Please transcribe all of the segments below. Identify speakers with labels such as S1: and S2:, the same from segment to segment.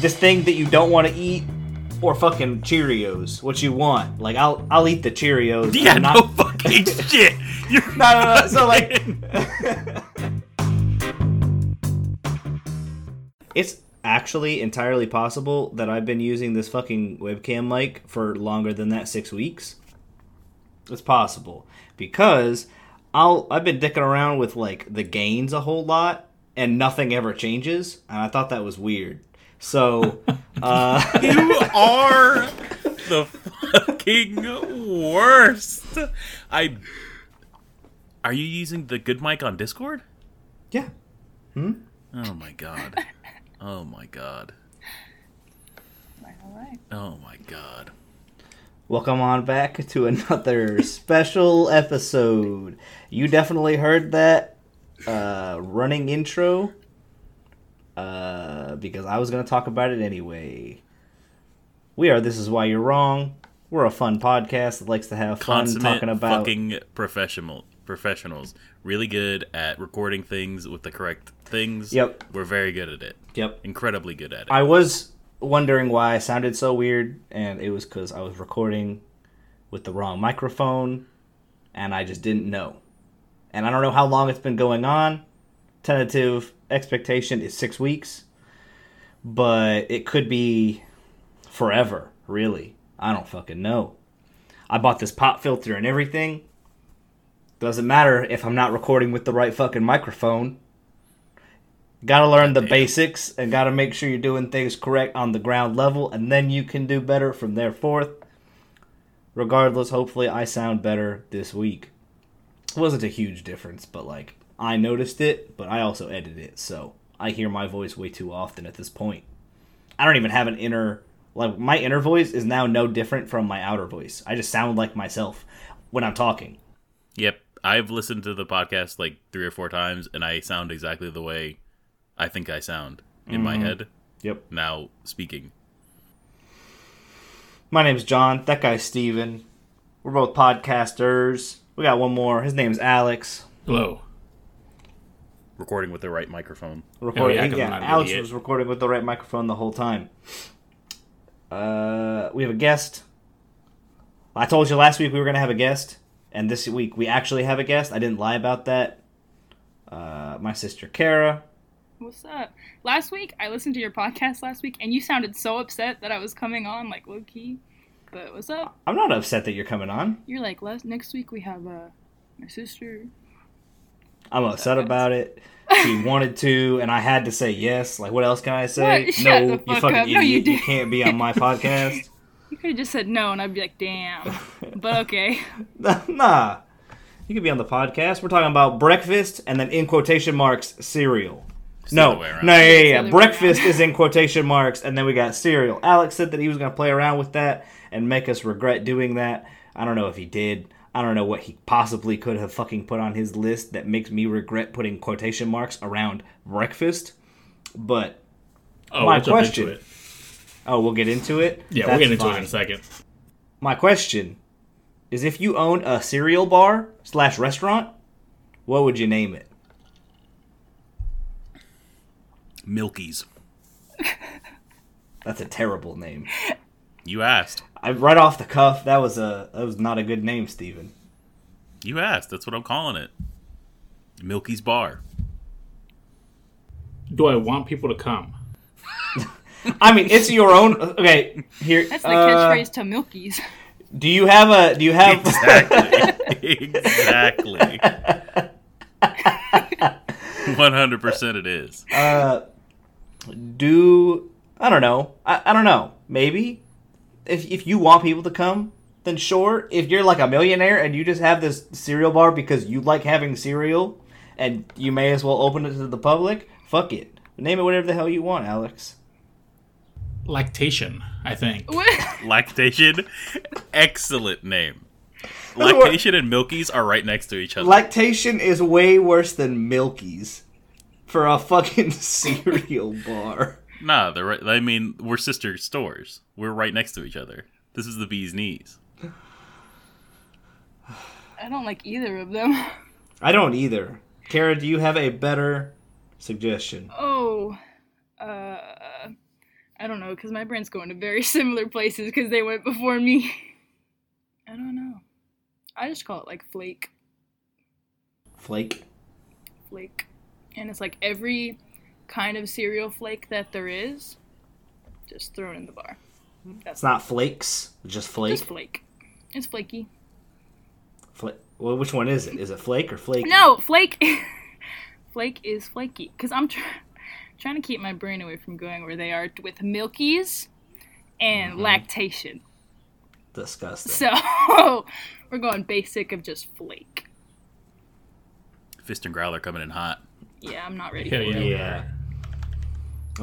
S1: this thing that you don't want to eat or fucking Cheerios. What you want? Like I'll I'll eat the Cheerios.
S2: Yeah,
S1: I'm
S2: no fucking shit. You're
S1: no, no, no. So like, it's actually entirely possible that I've been using this fucking webcam mic for longer than that six weeks. It's possible because I'll I've been dicking around with like the gains a whole lot and nothing ever changes, and I thought that was weird. So, uh,
S2: You are the fucking worst. I. Are you using the good mic on Discord?
S1: yeah.
S2: Oh my god. Oh my god.
S3: All right.
S2: Oh my god.
S1: Welcome on back to another special episode. You definitely heard that uh, running intro uh, because I was going to talk about it anyway. We are This Is Why You're Wrong. We're a fun podcast that likes to have fun
S2: Consummate
S1: talking about.
S2: fucking professional professionals. Really good at recording things with the correct things.
S1: Yep.
S2: We're very good at it.
S1: Yep.
S2: Incredibly good at it.
S1: I was wondering why I sounded so weird, and it was because I was recording with the wrong microphone, and I just didn't know. And I don't know how long it's been going on. Tentative expectation is six weeks, but it could be forever, really. I don't fucking know. I bought this pop filter and everything. Doesn't matter if I'm not recording with the right fucking microphone. Gotta learn the basics and gotta make sure you're doing things correct on the ground level, and then you can do better from there forth. Regardless, hopefully, I sound better this week. It wasn't a huge difference, but like, I noticed it, but I also edit it, so I hear my voice way too often at this point. I don't even have an inner like my inner voice is now no different from my outer voice. I just sound like myself when I'm talking.
S2: Yep. I've listened to the podcast like three or four times and I sound exactly the way I think I sound in my head
S1: Yep.
S2: now speaking.
S1: My name's John. That guy's Steven. We're both podcasters. We got one more. His name's Alex.
S4: Hello.
S2: Recording with the right microphone.
S1: Recording.
S4: Oh, yeah, 'cause I'm
S1: yeah,
S4: not an
S1: Alex
S4: idiot.
S1: was recording with the right microphone the whole time. Uh, we have a guest. I told you last week we were gonna have a guest, and this week we actually have a guest. I didn't lie about that. Uh, my sister Kara.
S3: What's up? Last week, I listened to your podcast last week, and you sounded so upset that I was coming on, like low key. But what's up?
S1: I'm not upset that you're coming on.
S3: You're like, last next week we have uh, my sister.
S1: I'm upset about it. She wanted to, and I had to say yes. Like, what else can I say?
S3: What? Shut
S1: No,
S3: the
S1: you
S3: fuck
S1: fucking
S3: up.
S1: idiot.
S3: No, you
S1: you,
S3: didn't.
S1: can't be on my podcast.
S3: You could have just said no, and I'd be like, damn. But okay.
S1: nah, you can be on the podcast. We're talking about breakfast, and then in quotation marks, cereal.
S2: the
S1: No,
S2: other way around.
S1: no, yeah, yeah,
S3: the
S1: yeah.
S3: other way
S1: Breakfast
S3: around.
S1: is in quotation marks, and then we got cereal. Alex said that he was going to play around with that and make us regret doing that. I don't know if he did. I don't know what he possibly could have fucking put on his list that makes me regret putting quotation marks around breakfast. But
S4: Oh,
S1: My
S4: we'll jump into
S1: question.
S4: it.
S1: Oh, we'll get into it.
S4: Yeah,
S1: That's
S4: we'll get into it
S1: fine.
S4: in a second.
S1: My question is: If you owned a cereal bar slash restaurant, what would you name it?
S2: Milkies.
S1: That's a terrible name.
S2: You asked.
S1: I right off the cuff, that was a that was not a good name, Steven.
S2: You asked. That's what I'm calling it. Milky's Bar.
S4: Do I want people to come?
S1: I mean, it's your own. Okay, here.
S3: That's the
S1: uh,
S3: catchphrase to Milky's.
S1: Do you have a? Do you have?
S2: Exactly. exactly. 100% it is.
S1: do I don't know. I, I don't know. Maybe if if you want people to come, then sure. If you're like a millionaire and you just have this cereal bar because you like having cereal, and you may as well open it to the public. Fuck it. Name it whatever the hell you want, Alex.
S4: Lactation, I think.
S3: What?
S2: Lactation. Excellent name. Lactation and Milkies are right next to each other.
S1: Lactation is way worse than Milky's for a fucking cereal bar.
S2: Nah, they're right. I mean, we're sister stores. We're right next to each other. This is the bee's knees.
S3: I don't like either of them.
S1: I don't either. Kara, do you have a better suggestion?
S3: Oh, uh, I don't know, because my brand's going to very similar places because they went before me. I don't know. I just call it like flake,
S1: Flake.
S3: flake. And it's like every kind of cereal flake that there is, just thrown in the bar.
S1: It's not flakes. Just flake.
S3: Just flake. It's flaky.
S1: Fla- well, which one is it? Is it flake or flake?
S3: No, flake. flake is flaky. Because I'm tr- trying to keep my brain away from going where they are with milkies and lactation.
S1: Disgusting.
S3: So we're going basic of just flake.
S2: Fist and Growler coming in hot.
S3: Yeah, I'm not ready.
S4: Hell
S3: for
S4: yeah.
S3: it.
S4: we
S1: Yeah.
S4: are.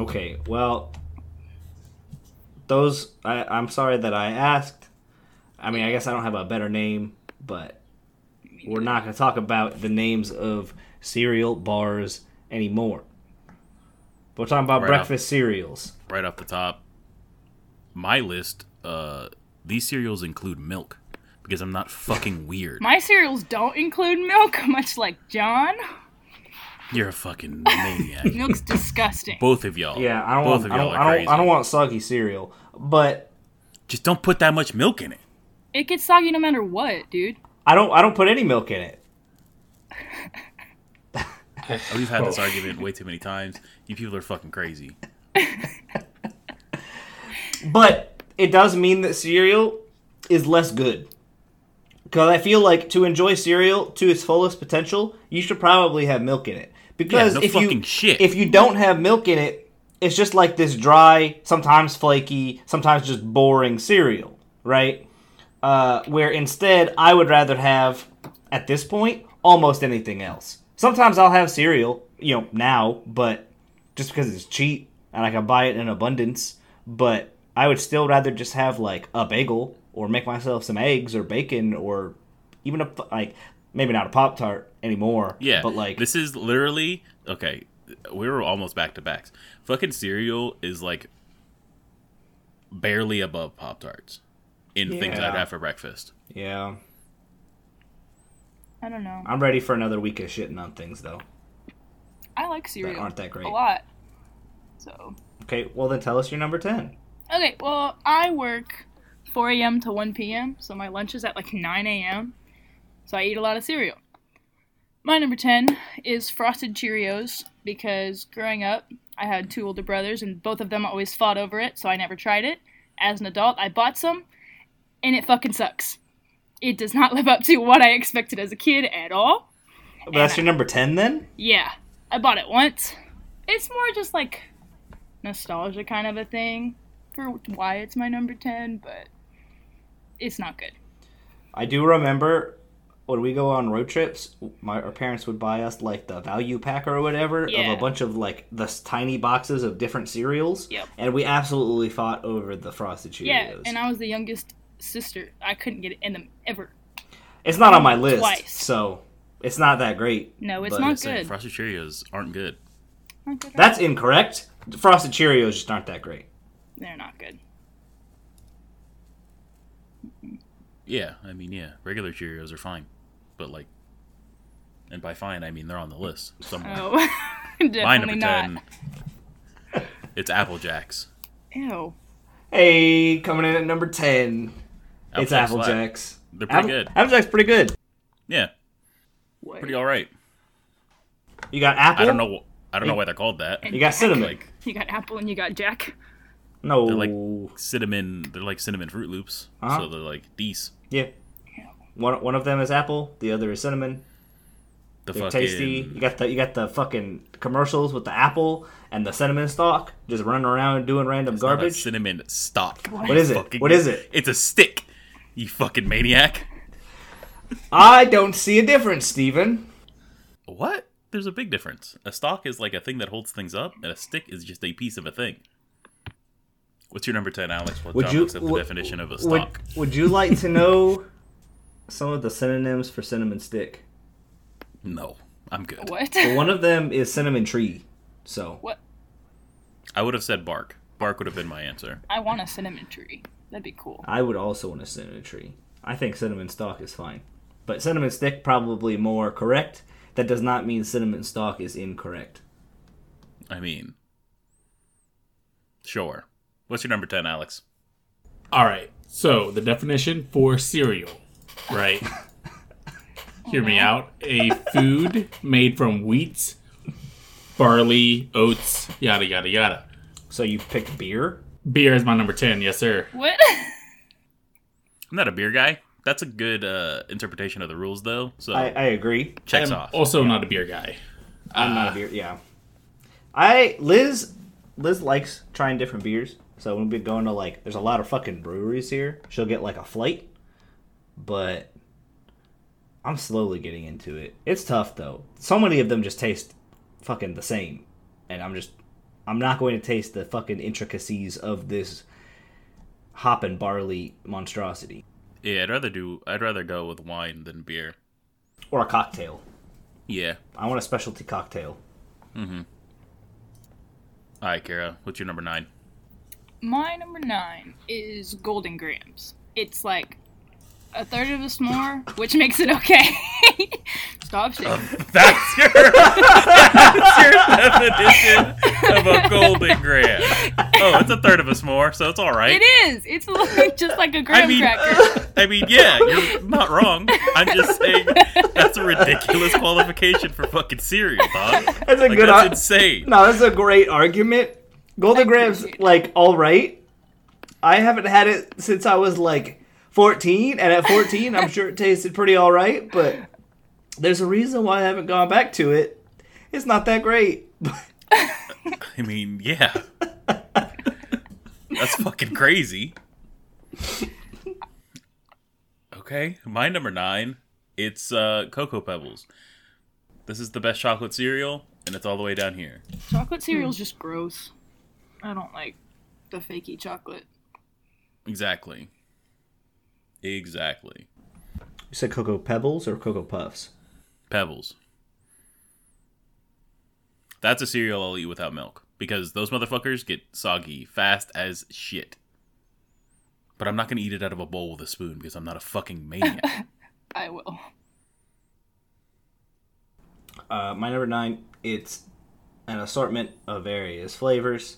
S1: Okay, well, those I, I'm sorry that I asked. I mean, I guess I don't have a better name, but we're not going to talk about the names of cereal bars anymore. We're talking about
S2: Right off.
S1: breakfast cereals.
S2: Right off the top, my list. Uh, these cereals include milk because I'm not fucking weird.
S3: My cereals don't include milk, much like John.
S2: You're a fucking maniac.
S3: Milk's disgusting.
S2: Both of y'all.
S1: Yeah, I don't
S2: Both
S1: want
S2: of
S1: I
S2: y'all
S1: don't,
S2: are
S1: I
S2: crazy.
S1: don't, I don't want soggy cereal, but
S2: Just don't put that much milk in it.
S3: It gets soggy no matter what, dude.
S1: I don't I don't put any milk in it.
S2: We've had this
S4: Oh.
S2: argument way too many times. You people are fucking crazy.
S1: But it does mean that cereal is less good. Because I feel like to enjoy cereal to its fullest potential, you should probably have milk in it. Because
S2: no
S1: if
S2: fucking
S1: you
S2: shit.
S1: if you don't have milk in it, it's just like this dry, sometimes flaky, sometimes just boring cereal, right? Uh, where instead, I would rather have at this point almost anything else. Sometimes I'll have cereal, you know, now, but just because it's cheap and I can buy it in abundance. But I would still rather just have like a bagel or make myself some eggs or bacon or even a like maybe not a pop tart anymore.
S2: Yeah,
S1: but like
S2: this is literally okay. We were almost back to backs. Fucking cereal is like barely above Pop Tarts in things
S1: Yeah.
S2: I'd have for breakfast.
S1: yeah,
S3: I don't know.
S1: I'm ready for another week of shitting on things though
S3: I like
S1: that
S3: cereal
S1: aren't that great.
S3: a lot. So
S1: Okay, well then tell us your number ten.
S3: Okay, well, I work 4 a.m. to 1 p.m., so my lunch is at like 9 a.m., so I eat a lot of cereal. My number 10 is Frosted Cheerios because growing up, I had two older brothers, and both of them always fought over it, so I never tried it. As an adult, I bought some, and it fucking sucks. It does not live up to what I expected as a kid at all.
S1: But that's your number ten then.
S3: Yeah, I bought it once. It's more just like nostalgia kind of a thing for why it's my number 10, but it's not good.
S1: I do remember when we go on road trips, my our parents would buy us like the value pack or whatever
S3: Yeah.
S1: of a bunch of like the s- tiny boxes of different cereals.
S3: Yep.
S1: And we absolutely fought over the frosted Cheerios.
S3: Yeah, and I was the youngest sister. I couldn't get it in them ever.
S1: it's not on my list,
S3: Twice.
S1: so it's not that great.
S3: No, it's
S1: But
S3: not
S1: it's
S2: So
S3: good.
S2: Frosted Cheerios aren't good.
S3: Not good at all.
S1: That's incorrect. Frosted Cheerios just aren't that great.
S3: They're not good.
S2: Yeah, I mean, yeah, regular Cheerios are fine, but like, and by fine I mean they're on the list somewhere.
S3: Oh, definitely
S2: My number
S3: not.
S2: ten. It's Apple Jacks.
S3: Ew.
S1: Hey, coming in at number ten, it's
S2: Jacks
S1: Apple
S2: slap.
S1: Jacks.
S2: They're pretty
S1: Apple-
S2: good.
S1: Apple Jacks pretty good.
S2: Yeah,
S3: What?
S2: pretty all right.
S1: You got apple.
S2: I don't know. I don't know why they're called that.
S1: You got cinnamon.
S2: Like
S3: You got apple and you got Jack.
S1: no.
S2: They're like cinnamon. They're like cinnamon Fruit Loops.
S1: Uh-huh.
S2: So they're like these.
S1: Yeah. One one of them is apple. The other is cinnamon.
S2: The
S1: They're
S2: fucking
S1: tasty. You got the you got the fucking commercials with the apple and the cinnamon stalk just running around doing random
S2: not a
S1: garbage.
S2: cinnamon stalk.
S1: what is it?
S2: Fucking-
S1: What is it?
S2: It's a stick. You fucking maniac.
S1: I don't see a difference, Steven.
S2: What? There's a big difference. A stalk is like a thing that holds things up, and a stick is just a piece of a thing. What's your number ten, Alex? Well,
S1: Would
S2: John
S1: you
S2: looks up the
S1: would-
S2: definition of a
S1: Would,
S2: stalk.
S1: would you like to know some of the synonyms for cinnamon stick?
S2: No, I'm good.
S3: What?
S1: One of them is cinnamon tree. So
S3: What?
S2: I would have said bark. Bark would have been my answer.
S3: I want a cinnamon tree. That'd be cool.
S1: I would also want a cinnamon tree. I think cinnamon stalk is fine. But cinnamon stick probably more correct. That does not mean cinnamon stalk is incorrect.
S2: I mean, sure. What's your number 10, Alex?
S4: All right. So the definition for cereal, right? Hear me out. A food made from wheat, barley, oats, yada yada yada.
S1: So you picked beer?
S4: Beer is my number ten. Yes, sir.
S3: What?
S2: I'm not a beer guy. That's a good uh, interpretation of the rules, though. So
S1: I, I agree.
S2: checks
S4: I'm
S2: off.
S4: also not a beer guy.
S1: I'm not a beer. Yeah. I Liz Liz likes trying different beers. So when we going to like, there's a lot of fucking breweries here. She'll get like a flight, but I'm slowly getting into it. It's tough though. So many of them just taste fucking the same, and I'm just I'm not going to taste the fucking intricacies of this hop and barley monstrosity
S2: yeah, I'd rather do. I'd rather go with wine than beer.
S1: or a cocktail.
S2: Yeah.
S1: I want a specialty cocktail.
S2: All right, Kara. What's your number nine?
S3: My number nine is Golden Grams. It's like a third of a s'more, which makes it okay. Stop
S2: Uh,
S3: shaking.
S2: That's your. that's your definition of a golden gram. Oh, it's a third of a s'more, so it's all right.
S3: It is. It's like, just like a graham
S2: I mean, uh,
S3: cracker.
S2: I mean, yeah, you're not wrong. I'm just saying that's a ridiculous qualification for fucking cereal, dog.
S1: That's a
S2: Like,
S1: good.
S2: that's
S1: op-
S2: insane.
S1: No, that's a great argument. Golden Grams, like, all right. I haven't had it since I was like 14, and at 14, I'm sure it tasted pretty all right, but there's a reason why I haven't gone back to it. It's not that great.
S2: I mean, yeah. That's fucking crazy. Okay, my number nine, it's uh, Cocoa Pebbles. This is the best chocolate cereal, and it's all the way down here.
S3: Chocolate
S2: hmm.
S3: cereal's just gross. I don't like the fakey chocolate.
S2: Exactly. Exactly.
S1: You said Cocoa Pebbles or Cocoa Puffs?
S2: Pebbles. That's a cereal I'll eat without milk because those motherfuckers get soggy fast as shit. But I'm not gonna eat it out of a bowl with a spoon because I'm not a fucking maniac.
S3: I will.
S1: Uh, my number nine, it's an assortment of various flavors.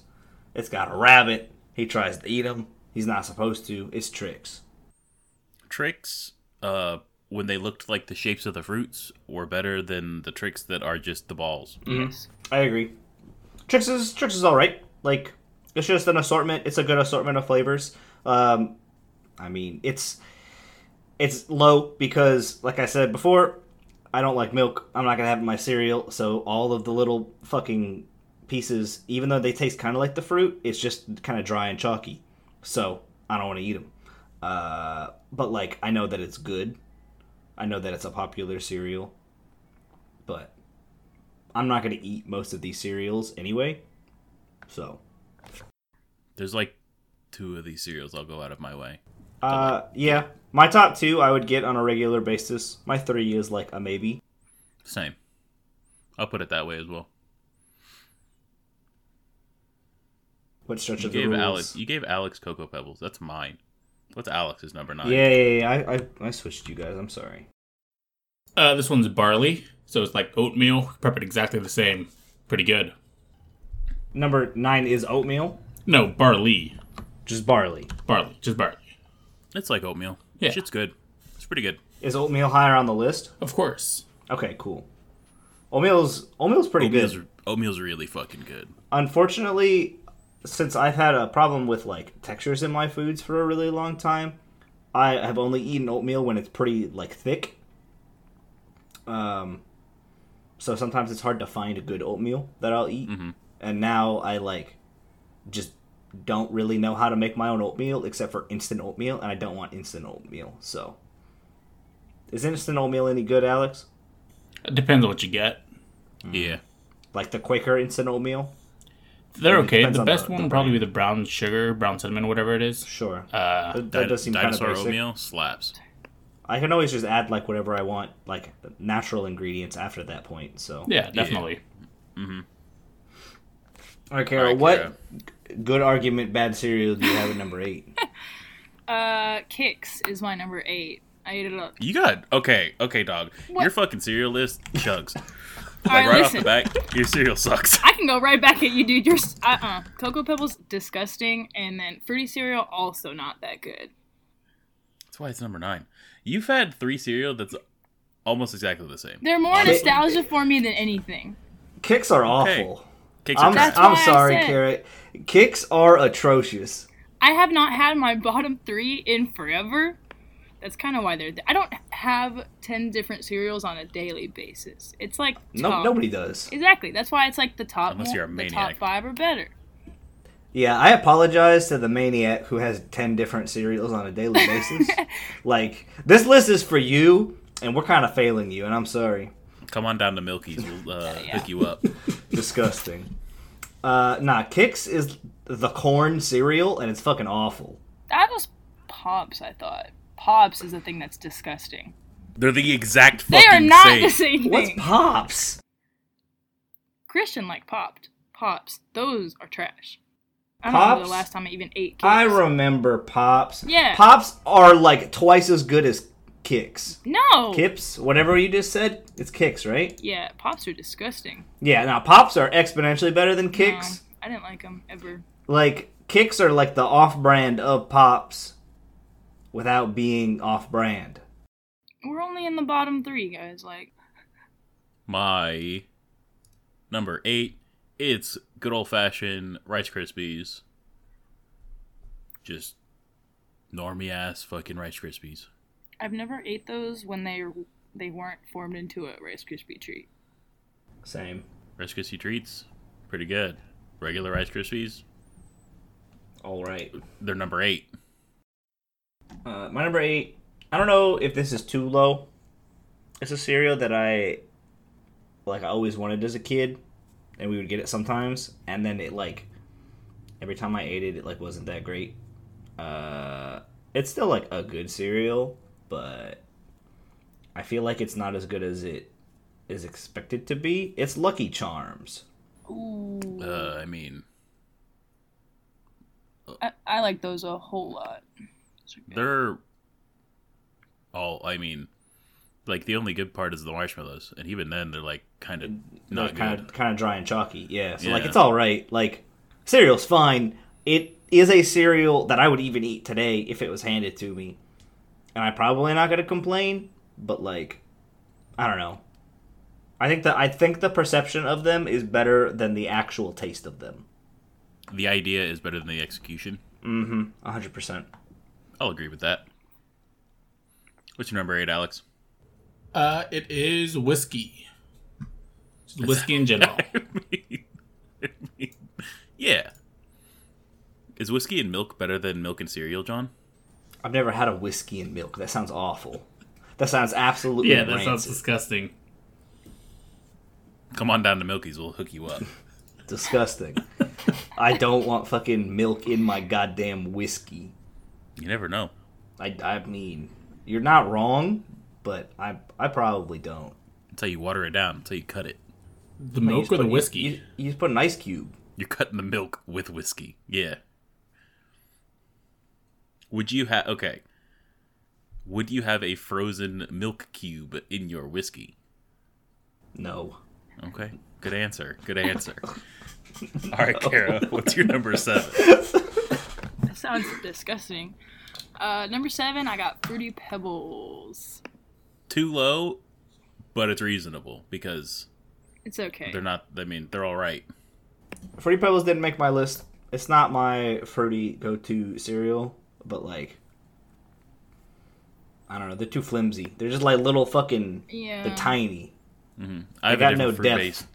S1: It's got a rabbit. He tries to eat them. He's not supposed to. It's tricks.
S2: tricks, uh, when they looked like the shapes of the fruits, were better than the tricks that are just the balls.
S1: Mm-hmm.
S3: Yes.
S1: I agree. Trix is Trix is all right. Like it's just an assortment. It's a good assortment of flavors. Um, I mean, it's it's low because, like I said before, I don't like milk. I'm not gonna have it in my cereal. So all of the little fucking pieces, even though they taste kind of like the fruit, it's just kind of dry and chalky. So I don't want to eat them. Uh, but like, I know that it's good. I know that it's a popular cereal. But I'm not going to eat most of these cereals anyway. So,
S2: There's like two of these cereals I'll go out of my way.
S1: uh, yeah, my top two I would get on a regular basis. My three is like a maybe.
S2: Same. I'll put it that way as well.
S1: What stretch
S2: You
S1: of the
S2: gave
S1: rules?
S2: Alex you gave Alex Cocoa Pebbles. That's mine. What's Alex's number nine?
S1: yeah, yeah, yeah. I, I, I switched you guys. I'm sorry.
S4: Uh, this one's barley, so it's like oatmeal. Prep it exactly the same. Pretty good.
S1: Number nine is oatmeal,
S4: No barley,
S1: just barley.
S4: barley, just barley.
S2: It's like oatmeal.
S4: Yeah.
S2: Shit's good. It's pretty good.
S1: Is oatmeal higher on the list?
S4: Of course.
S1: Okay, cool. Oatmeal's oatmeal's pretty
S2: Oatmeal's,
S1: good.
S2: oatmeal's really fucking good.
S1: Unfortunately, since I've had a problem with like textures in my foods for a really long time, I have only eaten oatmeal when it's pretty like thick. Um, so sometimes it's hard to find a good oatmeal that I'll eat.
S2: Mm-hmm.
S1: And now I like just don't really know how to make my own oatmeal except for instant oatmeal, and I don't want instant oatmeal. So, is instant oatmeal any good, Alex?
S4: It depends on what you get.
S1: Mm-hmm.
S2: Yeah.
S1: Like the Quaker instant oatmeal?
S4: They're
S1: It
S4: okay.
S1: depends
S4: The
S1: on
S4: best
S1: the-
S4: one
S1: the
S4: would probably be the brown sugar, brown cinnamon, whatever it is.
S1: Sure.
S4: Uh,
S1: that, that
S2: Di-
S1: does seem kind of
S2: dinosaur
S1: basic.
S2: oatmeal slaps.
S1: I can always just add like whatever I want, like natural ingredients after that point. So
S4: yeah, definitely.
S1: All right, Carol,
S2: Alright,
S1: what
S3: uh,
S2: Kara.
S1: good argument bad cereal do you have at number eight?
S3: Uh, Kix is my number eight. I ate it up.
S2: You got okay, okay, dog.
S3: What?
S2: Your fucking cereal list chugs.
S3: All right,
S2: right off the
S3: listen.
S2: back, your cereal sucks.
S3: I can go right back at you, dude. You're s- uh-uh. Cocoa Pebbles disgusting, and then fruity cereal also not that good.
S2: That's why it's number nine. You've had three cereal that's almost exactly the same.
S3: They're more
S2: Honestly.
S3: nostalgia for me than anything.
S1: Kicks are
S2: Okay.
S1: awful.
S2: Cakes are
S1: I'm,
S2: trash.
S3: That's
S1: I'm
S3: why I
S1: sorry,
S3: said-
S1: Carrot. Kicks are atrocious.
S3: I have not had my bottom three in forever. That's kind of why they're. Th- I don't have ten different cereals on a daily basis. It's like
S1: No,
S3: top.
S1: nobody does.
S3: Exactly. That's why it's like the top.
S2: Unless you're a
S3: one- the
S2: maniac.
S3: top five or better.
S1: Yeah, I apologize to the maniac who has 10 different cereals on a daily basis. like, this list is for you, and we're kind of failing you, and I'm sorry.
S2: Come on down to Milky's. We'll uh,
S3: Yeah.
S2: hook you up.
S1: Disgusting. Uh, nah, Kicks is the corn cereal, and it's fucking awful.
S3: That was pops. I thought pops is the thing that's disgusting.
S2: They're the exact
S3: They
S2: fucking
S3: are not
S2: same.
S3: the same thing.
S1: What's Pops?
S3: Christian like popped pops. Those are trash. I don't remember
S1: Pops?
S3: the last time I even ate. Kicks.
S1: I remember Pops.
S3: Yeah.
S1: Pops are like twice as good as Kicks.
S3: no.
S1: Kips, whatever you just said, it's Kicks, right?
S3: Yeah, pops are disgusting.
S1: Yeah, now Pops are exponentially better than Kicks.
S3: No, I didn't like them ever.
S1: like kicks are like the off-brand of pops without being off-brand
S3: We're only in the bottom three, guys. Like,
S2: My number eight. It's good old fashioned Rice Krispies. Just normie ass fucking Rice Krispies.
S3: I've never ate those when they they weren't formed into a Rice Krispie treat.
S1: same
S2: Rice Krispie treats, pretty good. Regular Rice Krispies,
S1: all right
S2: they're number eight.
S1: uh, my number eight i don't know if this is too low it's a cereal that i like i always wanted as a kid and we would get it sometimes and then it like every time i ate it it like wasn't that great uh it's still like a good cereal but i feel like it's not as good as it is expected to be it's lucky charms
S3: Ooh,
S2: Uh, I mean,
S3: I, I like those a whole lot.
S2: they're all. I mean, like the only good part is the marshmallows, and even then, they're like kind of not good.
S1: kind of kind of dry and chalky. Yeah, so like
S2: Yeah.
S1: it's all right. Like cereal's fine. It is a cereal that I would even eat today if it was handed to me, and I'm probably not gonna complain. But like, I don't know. I think that I think the perception of them is better than the actual taste of them.
S2: The idea is better than the execution.
S1: Mm-hmm. hundred percent.
S2: I'll agree with that. What's your number eight, Alex?
S4: Uh, it is whiskey. Just whiskey in general.
S2: yeah. Is whiskey and milk better than milk and cereal, John?
S1: I've never had a whiskey and milk. That sounds awful. That sounds absolutely
S4: yeah,
S1: yeah.
S4: that sounds disgusting.
S2: Come on down to Milky's, we'll hook you up.
S1: disgusting. I don't want fucking milk in my goddamn whiskey.
S2: You never know.
S1: I, I mean, you're not wrong, but I I probably don't.
S2: Until you water it down, until you cut it.
S1: Like,
S4: The
S1: you
S4: milk
S1: just
S4: or the
S1: put- you-
S4: whiskey?
S1: You, you just put an ice cube.
S2: You're cutting the milk with whiskey. Yeah. Would you have okay? Would you have a frozen milk cube in your whiskey?
S1: No.
S2: Okay. Good answer. Good answer. All right, Kara, what's your number seven?
S3: That sounds disgusting. Uh, number seven, I got fruity pebbles.
S2: Too low, but it's reasonable because
S3: It's okay.
S2: they're not. I mean, they're all right.
S1: Fruity Pebbles didn't make my list. It's not my fruity go-to cereal, but like I don't know, they're too flimsy. They're just like little fucking
S3: yeah.
S1: they're tiny.
S2: I have
S1: got
S2: a
S1: no
S2: different
S1: depth.
S2: fruit based.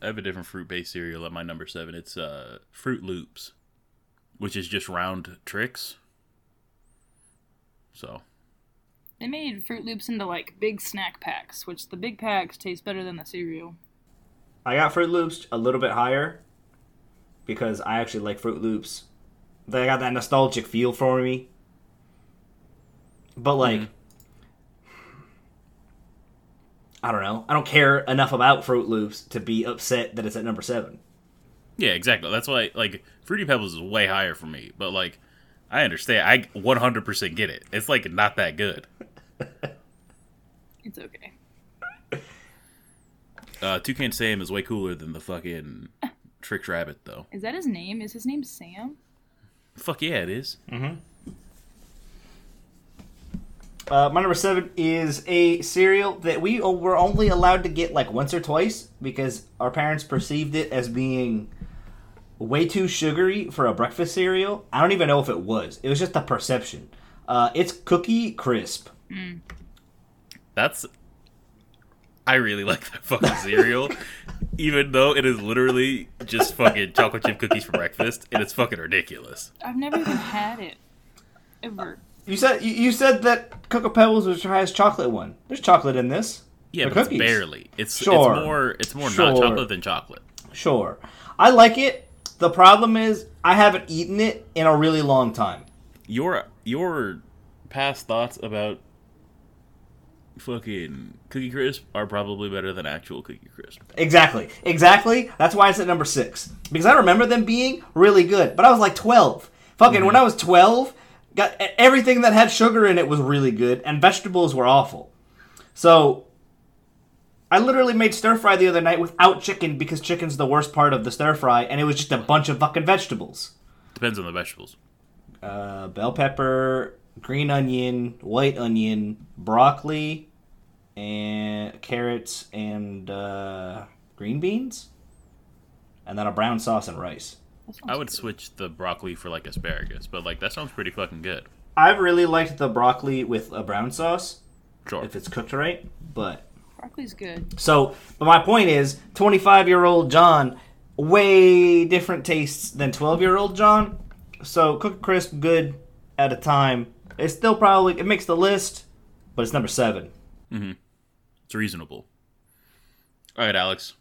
S2: I have a different fruit based cereal at my number seven. It's uh Fruit Loops, which is just round tricks. So
S3: They made Fruit Loops into like big snack packs, which the big packs taste better than the cereal.
S1: I got Fruit Loops a little bit higher because I actually like Fruit Loops. They got that nostalgic feel for me. But like I don't know. I don't care enough about Fruit Loops to be upset that it's at number 7.
S2: yeah, exactly. That's why like Fruity Pebbles is way higher for me. But like, I understand. I 100% get it. It's like not that good.
S3: It's okay.
S2: Uh, Toucan Sam is way cooler than the fucking Trick Rabbit, though.
S3: Is that his name? Is his name Sam?
S2: Fuck yeah, it is.
S1: Uh, my number seven is a cereal that we o- were only allowed to get like once or twice because our parents perceived it as being way too sugary for a breakfast cereal. I don't even know if it was. It was just a perception. Uh, it's Cookie Crisp.
S2: That's. I really like that fucking cereal, even though it is literally just fucking chocolate chip cookies for breakfast, and it's fucking ridiculous.
S3: I've never even had it. Ever.
S1: You said you, you said that Cocoa Pebbles was your highest chocolate one. There's chocolate in this.
S2: Yeah,
S1: The
S2: but
S1: cookies.
S2: it's barely. It's
S1: Sure.
S2: it's more it's more
S1: Sure.
S2: not chocolate than chocolate.
S1: Sure, I like it. The problem is I haven't eaten it in a really long time.
S2: Your your past thoughts about fucking Cookie Crisp are probably better than actual Cookie Crisp.
S1: Exactly. Exactly. That's why it's at number six. Because I remember them being really good. But I was like 12. Fucking when I was 12, got e- everything that had sugar in it was really good, and vegetables were awful. So I literally made stir fry the other night without chicken because chicken's the worst part of the stir fry, and it was just a bunch of fucking vegetables.
S2: Depends on the vegetables.
S1: Uh, bell pepper, green onion, white onion, broccoli, and carrots and uh, green beans, and then a brown sauce and rice.
S3: That sounds
S2: I would
S3: good.
S2: switch the broccoli for like asparagus, but like that sounds pretty fucking good.
S1: I've really liked the broccoli with a brown sauce
S2: Sure.
S1: if it's cooked right, but
S3: Broccoli's good.
S1: so. But my point is, twenty-five-year-old John, way different tastes than twelve-year-old John. So cook crisp good at a time. It's still probably it makes the list, but it's number seven.
S2: It's reasonable. All right, Alex,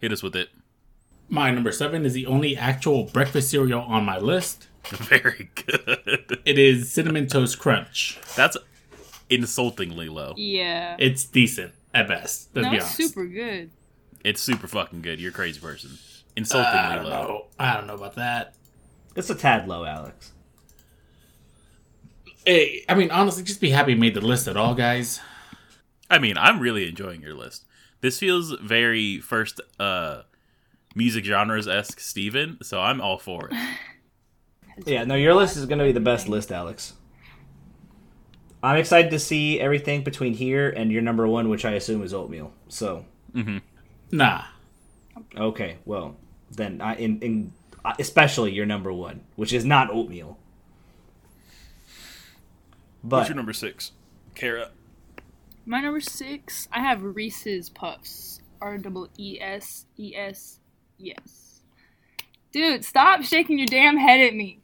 S2: hit us with it.
S4: My number seven is the only actual breakfast cereal on my list.
S2: Very good.
S4: It is Cinnamon Toast Crunch.
S2: That's insultingly low.
S3: Yeah.
S4: It's decent at best. Let's
S3: no,
S4: be
S3: it's
S4: honest.
S3: super good.
S2: It's super fucking good. You're a crazy person.
S4: I
S2: Insultingly
S4: don't
S2: low.
S4: know. I don't know about that.
S1: It's a tad low, Alex.
S4: Hey, I mean, honestly, just be happy you made the list at all, guys.
S2: I mean, I'm really enjoying your list. This feels very first uh music genres esque Steven, so I'm all for it.
S1: Yeah, no, your list is going to be the best list, Alex. I'm excited to see everything between here and your number one, which I assume is oatmeal. So,
S4: Nah.
S1: okay, well, then I in, in I- especially your number one, which is not oatmeal. But
S2: number six? Kara.
S3: My number six, I have Reese's Puffs. R double E S E S yes. Dude, stop shaking your damn head at me.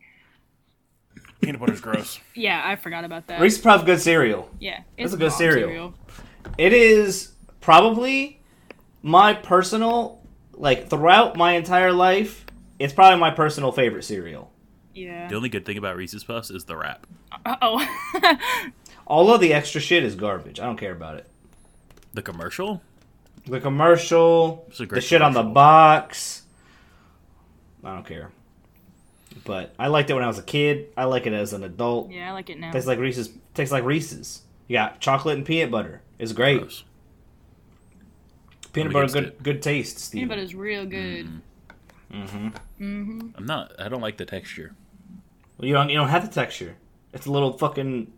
S2: Peanut butter's gross.
S3: Yeah, I forgot about that.
S1: Reese's Puff good cereal.
S3: yeah,
S1: That's
S3: it's
S1: a good
S3: bomb
S1: cereal. It is probably my personal like throughout my entire life. It's probably my personal favorite cereal.
S3: Yeah.
S2: The only good thing about Reese's Puffs is the wrap.
S3: Uh oh.
S1: All of the extra shit is garbage. I don't care about it.
S2: The commercial?
S1: The commercial,
S2: It's
S1: the
S2: a great
S1: shit on the
S2: commercial.
S1: box. I don't care. But I liked it when I was a kid. I like it as an adult.
S3: yeah, I like it now.
S1: Tastes like Reese's. Tastes like Reese's. You got chocolate and peanut butter. It's great.
S2: Gross.
S1: Peanut
S2: I'm
S1: butter,
S2: against
S1: good,
S2: it.
S1: good taste. Steve.
S3: Peanut butter's real good.
S2: Mm-hmm. I'm not I don't like the texture.
S1: You don't. You don't have the texture. It's a little fucking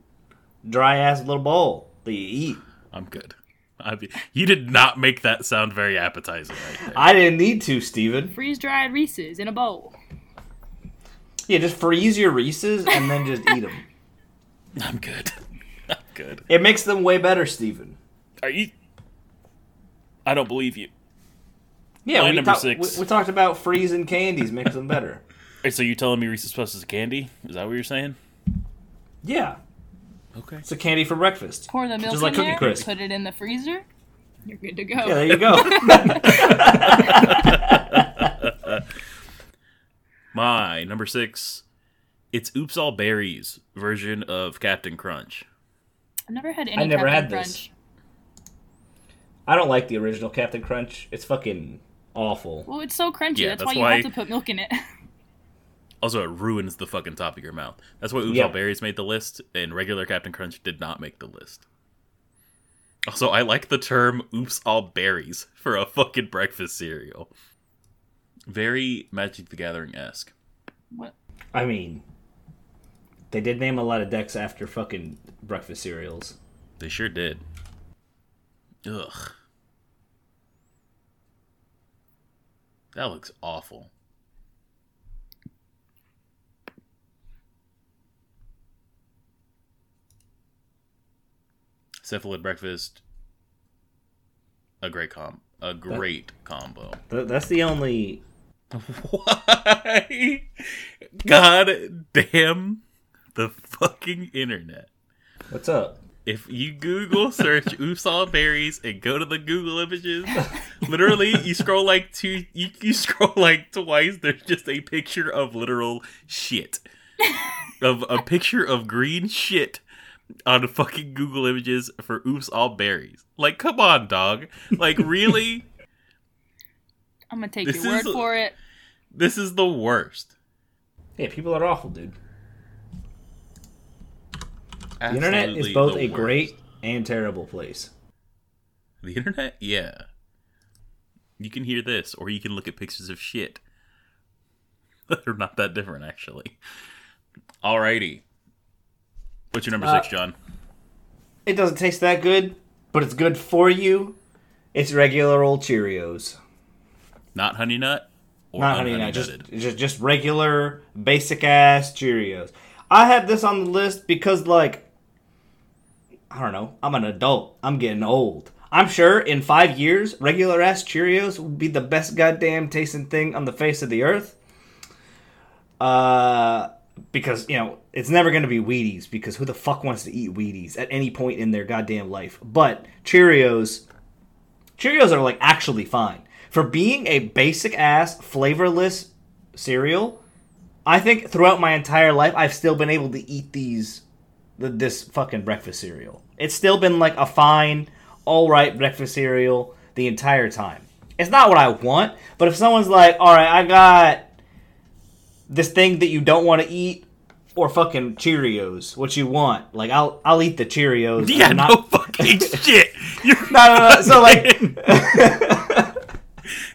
S1: dry ass little ball that you eat.
S2: I'm good. I be, you did not make that sound very appetizing right there.
S1: I didn't need to, Steven.
S3: Freeze dried Reese's in a bowl.
S1: Yeah, just freeze your Reese's and then just eat them.
S2: I'm good. I'm good.
S1: It makes them way better, Steven.
S2: Are you I don't believe you.
S1: Yeah,
S2: Line
S1: we,
S2: number
S1: talk-
S2: six.
S1: we, we talked about freezing candies makes them better.
S2: So you telling me Reese's Puffs is candy? Is that what you're saying?
S1: Yeah,
S2: Okay.
S1: it's a candy for breakfast.
S3: Pour the milk
S1: Just
S3: in
S1: like Cookie
S3: there,
S1: Crisp.
S3: put it in the freezer. You're good to go.
S1: Yeah, there you go.
S2: My number six. It's Oops All Berries version of Captain Crunch.
S3: I've never had any.
S1: I never
S3: Captain
S1: had
S3: Crunch.
S1: this. I don't like the original Captain Crunch. It's fucking awful.
S3: Well, it's so crunchy.
S2: Yeah,
S3: that's,
S2: that's
S3: why you
S2: why-
S3: have to put milk in it.
S2: Also, it ruins the fucking top of your mouth. That's why Oops
S1: Yeah.
S2: All Berries made the list, and regular Captain Crunch did not make the list. Also, I like the term oops all berries for a fucking breakfast cereal. Very Magic the Gathering esque.
S3: What?
S1: I mean, they did name a lot of decks after fucking breakfast cereals.
S2: They sure did. Ugh. That looks awful. Cephalid breakfast. A great com a great combo.
S1: Th- that's the only.
S2: Why? God damn the fucking internet.
S1: What's up?
S2: If you Google search "oops all berries" and go to the Google images, literally you scroll like two, you, you scroll like twice. There's just a picture of literal shit, of a picture of green shit on fucking Google images for "oops all berries." Like, come on, dog. Like, really?
S3: I'm gonna take
S2: This
S3: your word
S2: is-
S3: for it.
S2: this is the worst.
S1: Yeah, people are awful, dude. The
S2: Absolutely
S1: internet is both
S2: the
S1: a
S2: worst.
S1: great and terrible place.
S2: The internet, yeah. You can hear this, or you can look at pictures of shit. They're not that different, actually. Alrighty. What's your number
S1: Uh,
S2: six, John?
S1: It doesn't taste that good, but it's good for you. It's regular old Cheerios.
S2: Not honey nut, or
S1: Not honey nut, just,
S2: unhoney nutted?
S1: just just regular basic ass Cheerios. I had this on the list because like I don't know, I'm an adult. I'm getting old. I'm sure in five years, regular ass Cheerios will be the best goddamn tasting thing on the face of the earth. Uh because, you know, it's never gonna be Wheaties, because who the fuck wants to eat Wheaties at any point in their goddamn life? But Cheerios Cheerios are like actually fine for being a basic ass flavorless cereal. I think throughout my entire life, I've still been able to eat these, th- this fucking breakfast cereal. It's still been like a fine, all right breakfast cereal the entire time. It's not what I want, but if someone's like, "All right, I got this thing that you don't want to eat." Or fucking Cheerios, what you want? Like I'll I'll eat the Cheerios.
S2: Yeah,
S1: I'm not-
S2: no fucking shit. You're
S1: no, no, no. So like,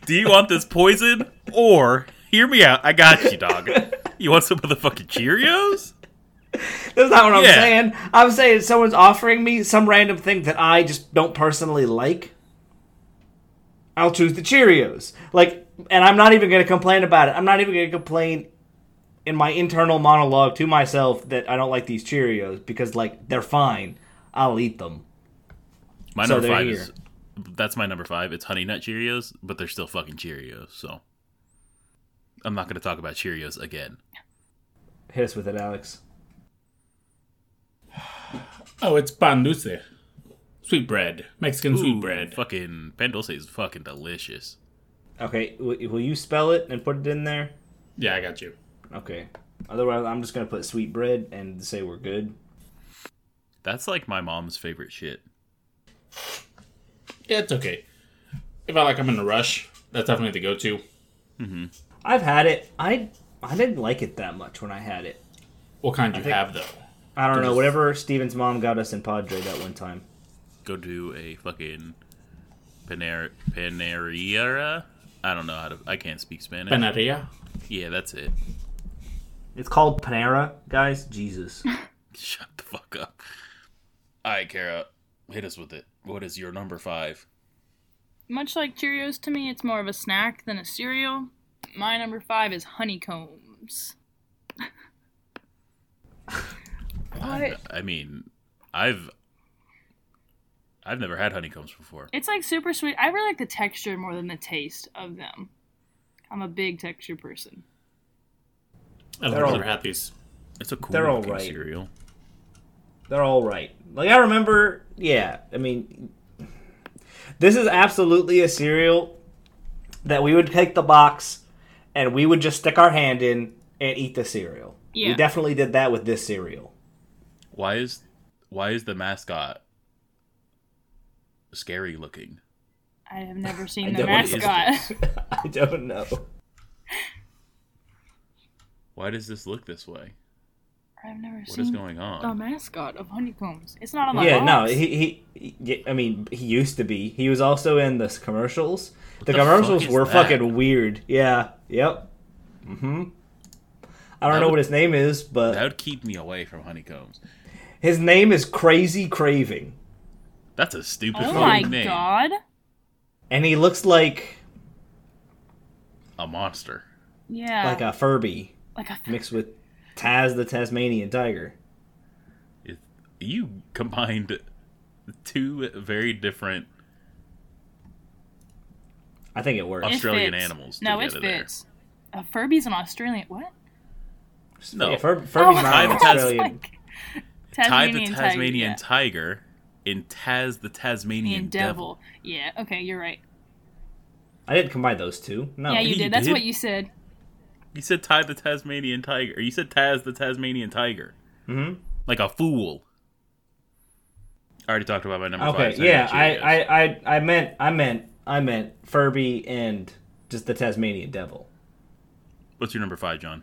S2: Do you want this poison, or hear me out? I got you, dog. You want some motherfucking Cheerios?
S1: That's not what I'm
S2: Yeah.
S1: saying. I'm saying someone's offering me some random thing that I just don't personally like. I'll choose the Cheerios. Like, and I'm not even going to complain about it. I'm not even going to complain in my internal monologue to myself that I don't like these Cheerios because, like, they're fine. I'll eat them.
S2: My
S1: So
S2: number
S1: they're
S2: five
S1: here.
S2: is that's my number five. It's honey nut Cheerios, but they're still fucking Cheerios. So I'm not going to talk about Cheerios again.
S1: Hit us with it, Alex.
S4: Oh, it's pan dulce. Sweet bread. Mexican sweet
S2: Ooh,
S4: bread.
S2: Fucking pan dulce is fucking delicious.
S1: Okay, w- will you spell it and put it in there?
S4: Yeah, I got you.
S1: Okay. Otherwise, I'm just going to put sweet bread and say we're good.
S2: That's like my mom's favorite shit.
S4: Yeah, it's okay. If I like I'm in a rush, that's definitely the go to.
S1: I've had it. I I didn't like it that much when I had it.
S4: What kind do you
S1: think-
S4: have though?
S1: I don't know.
S4: Just-
S1: Whatever Steven's mom got us in Padre that one time.
S2: Go do a fucking paner- paneria. I don't know how to. I can't speak Spanish.
S4: Panaria?
S2: yeah, that's it.
S1: It's called Panera, guys. Jesus.
S2: Shut the fuck up. All right, Kara, hit us with it. What is your number five?
S3: Much like Cheerios to me, it's more of a snack than a cereal. My number five is honeycombs. what?
S2: I mean, I've I've never had honeycombs before.
S3: It's like super sweet. I really like the texture more than the taste of them. I'm a big texture person.
S4: I don't
S1: They're
S4: think I've
S1: all-
S4: ever had these.
S2: It's a cool
S1: They're all
S2: looking
S1: right.
S2: cereal.
S1: They're all right. Like I remember. Yeah. I mean, this is absolutely a cereal that we would take the box and we would just stick our hand in and eat the cereal. We
S3: Yeah.
S1: definitely did that with this cereal.
S2: Why is why is the mascot scary looking?
S3: I have never
S1: I
S3: seen the
S1: don't- what is
S3: mascot.
S1: I don't know.
S2: Why does this look this way?
S3: I've never
S2: What
S3: seen
S2: is going
S3: the
S2: on?
S3: mascot of Honeycombs. It's not on the
S1: Yeah, no,
S3: box.
S1: he, he, he- yeah, I mean, he used to be. He was also in the commercials. The,
S2: the
S1: commercials
S2: fuck is
S1: were
S2: that?
S1: fucking weird. Yeah, yep. hmm I don't
S2: That
S1: know
S2: would-
S1: what his name is, but
S2: That would keep me away from honeycombs.
S1: his name is Crazy Craving,
S2: That's a stupid
S3: Oh
S2: fucking
S3: my
S2: name.
S3: god.
S1: and he looks like
S2: A monster.
S3: Yeah.
S1: like a Furby
S3: like a
S1: mixed with Taz the Tasmanian Tiger.
S2: It, you combined two very different
S1: I think it works.
S3: It
S2: Australian
S3: fits.
S2: animals
S3: No, it
S2: together there.
S3: fits. A Furby's an Australian. What? Oh
S2: No.
S1: Yeah, Fur- Furby's not
S2: Tie
S1: an
S2: the Tas-
S1: Australian.
S2: Tie the
S3: Tasmanian
S2: Tasmanian
S3: tiger.
S2: tiger and Taz the
S3: yeah.
S2: Tasmanian
S3: And
S2: devil.
S3: devil. Yeah. Okay, you're right.
S1: I didn't combine those two. No.
S3: yeah,
S2: Oh,
S3: you
S2: he
S3: did. That's
S2: did.
S3: what you said.
S2: You said tie the Tasmanian tiger. Or you said Taz the Tasmanian tiger.
S1: Mhm.
S2: Like a fool. I already talked about my number
S1: Okay,
S2: five.
S1: yeah, I,
S2: Cheerios.
S1: I, I, I meant, I meant, I meant Furby and just the Tasmanian Devil.
S2: What's your number five, John?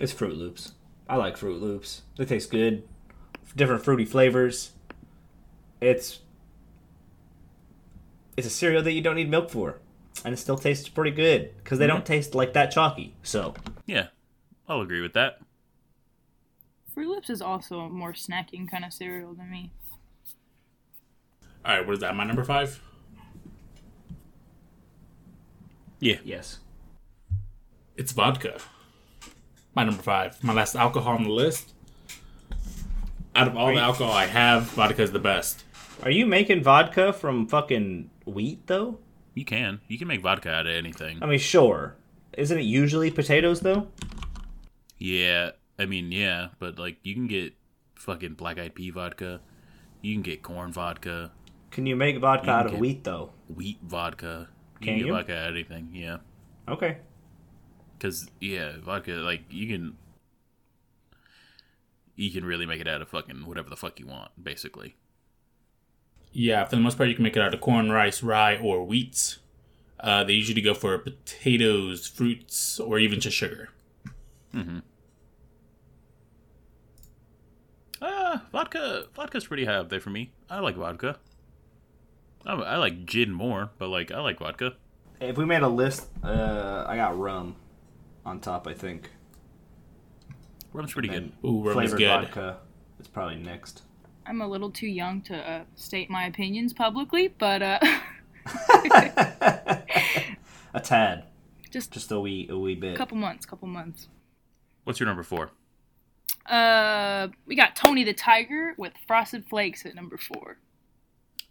S1: It's Fruit Loops. I like Fruit Loops. They taste good. Different fruity flavors. It's it's a cereal that you don't need milk for, and it still tastes pretty good because they don't taste like that chalky. So
S2: Yeah, I'll agree with that.
S3: Fruit Loops is also a more snacking kind of cereal than me.
S4: All right, what is that? My number five.
S2: Yeah,
S1: yes,
S4: It's vodka. My number five. My last alcohol on the list. Out of all the alcohol I have, vodka is the best.
S1: are you making vodka from fucking wheat though?
S2: you can. You can make vodka out of anything.
S1: I mean, sure. Isn't it usually potatoes though?
S2: Yeah, I mean, yeah, but like you can get fucking black eyed pea vodka. You can get corn vodka,
S1: Can you make vodka out of
S2: can.
S1: wheat though?
S2: wheat vodka. You
S1: Can
S2: can get
S1: you?
S2: vodka out of anything. Yeah,
S1: Okay.
S2: because yeah, vodka like you can. You can really make it out of fucking whatever the fuck you want, basically.
S4: Yeah, for the most part, you can make it out of corn, rice, rye, or wheats. Uh, they usually go for potatoes, fruits, or even just sugar.
S2: Ah, vodka. Vodka's pretty high up there for me. I like vodka. I, I like gin more, but like I like vodka.
S1: If we made a list, uh, I got rum on top. I think.
S2: Rum's pretty good.
S1: And
S4: Ooh, rum is
S1: flavored
S4: good.
S1: vodka is probably next.
S3: I'm a little too young to uh, state my opinions publicly, but uh,
S1: A tad,
S3: just
S1: just a wee, a wee
S3: a
S1: bit.
S3: couple months, couple months.
S2: What's your number four?
S3: Uh, we got Tony the Tiger with Frosted Flakes at number four.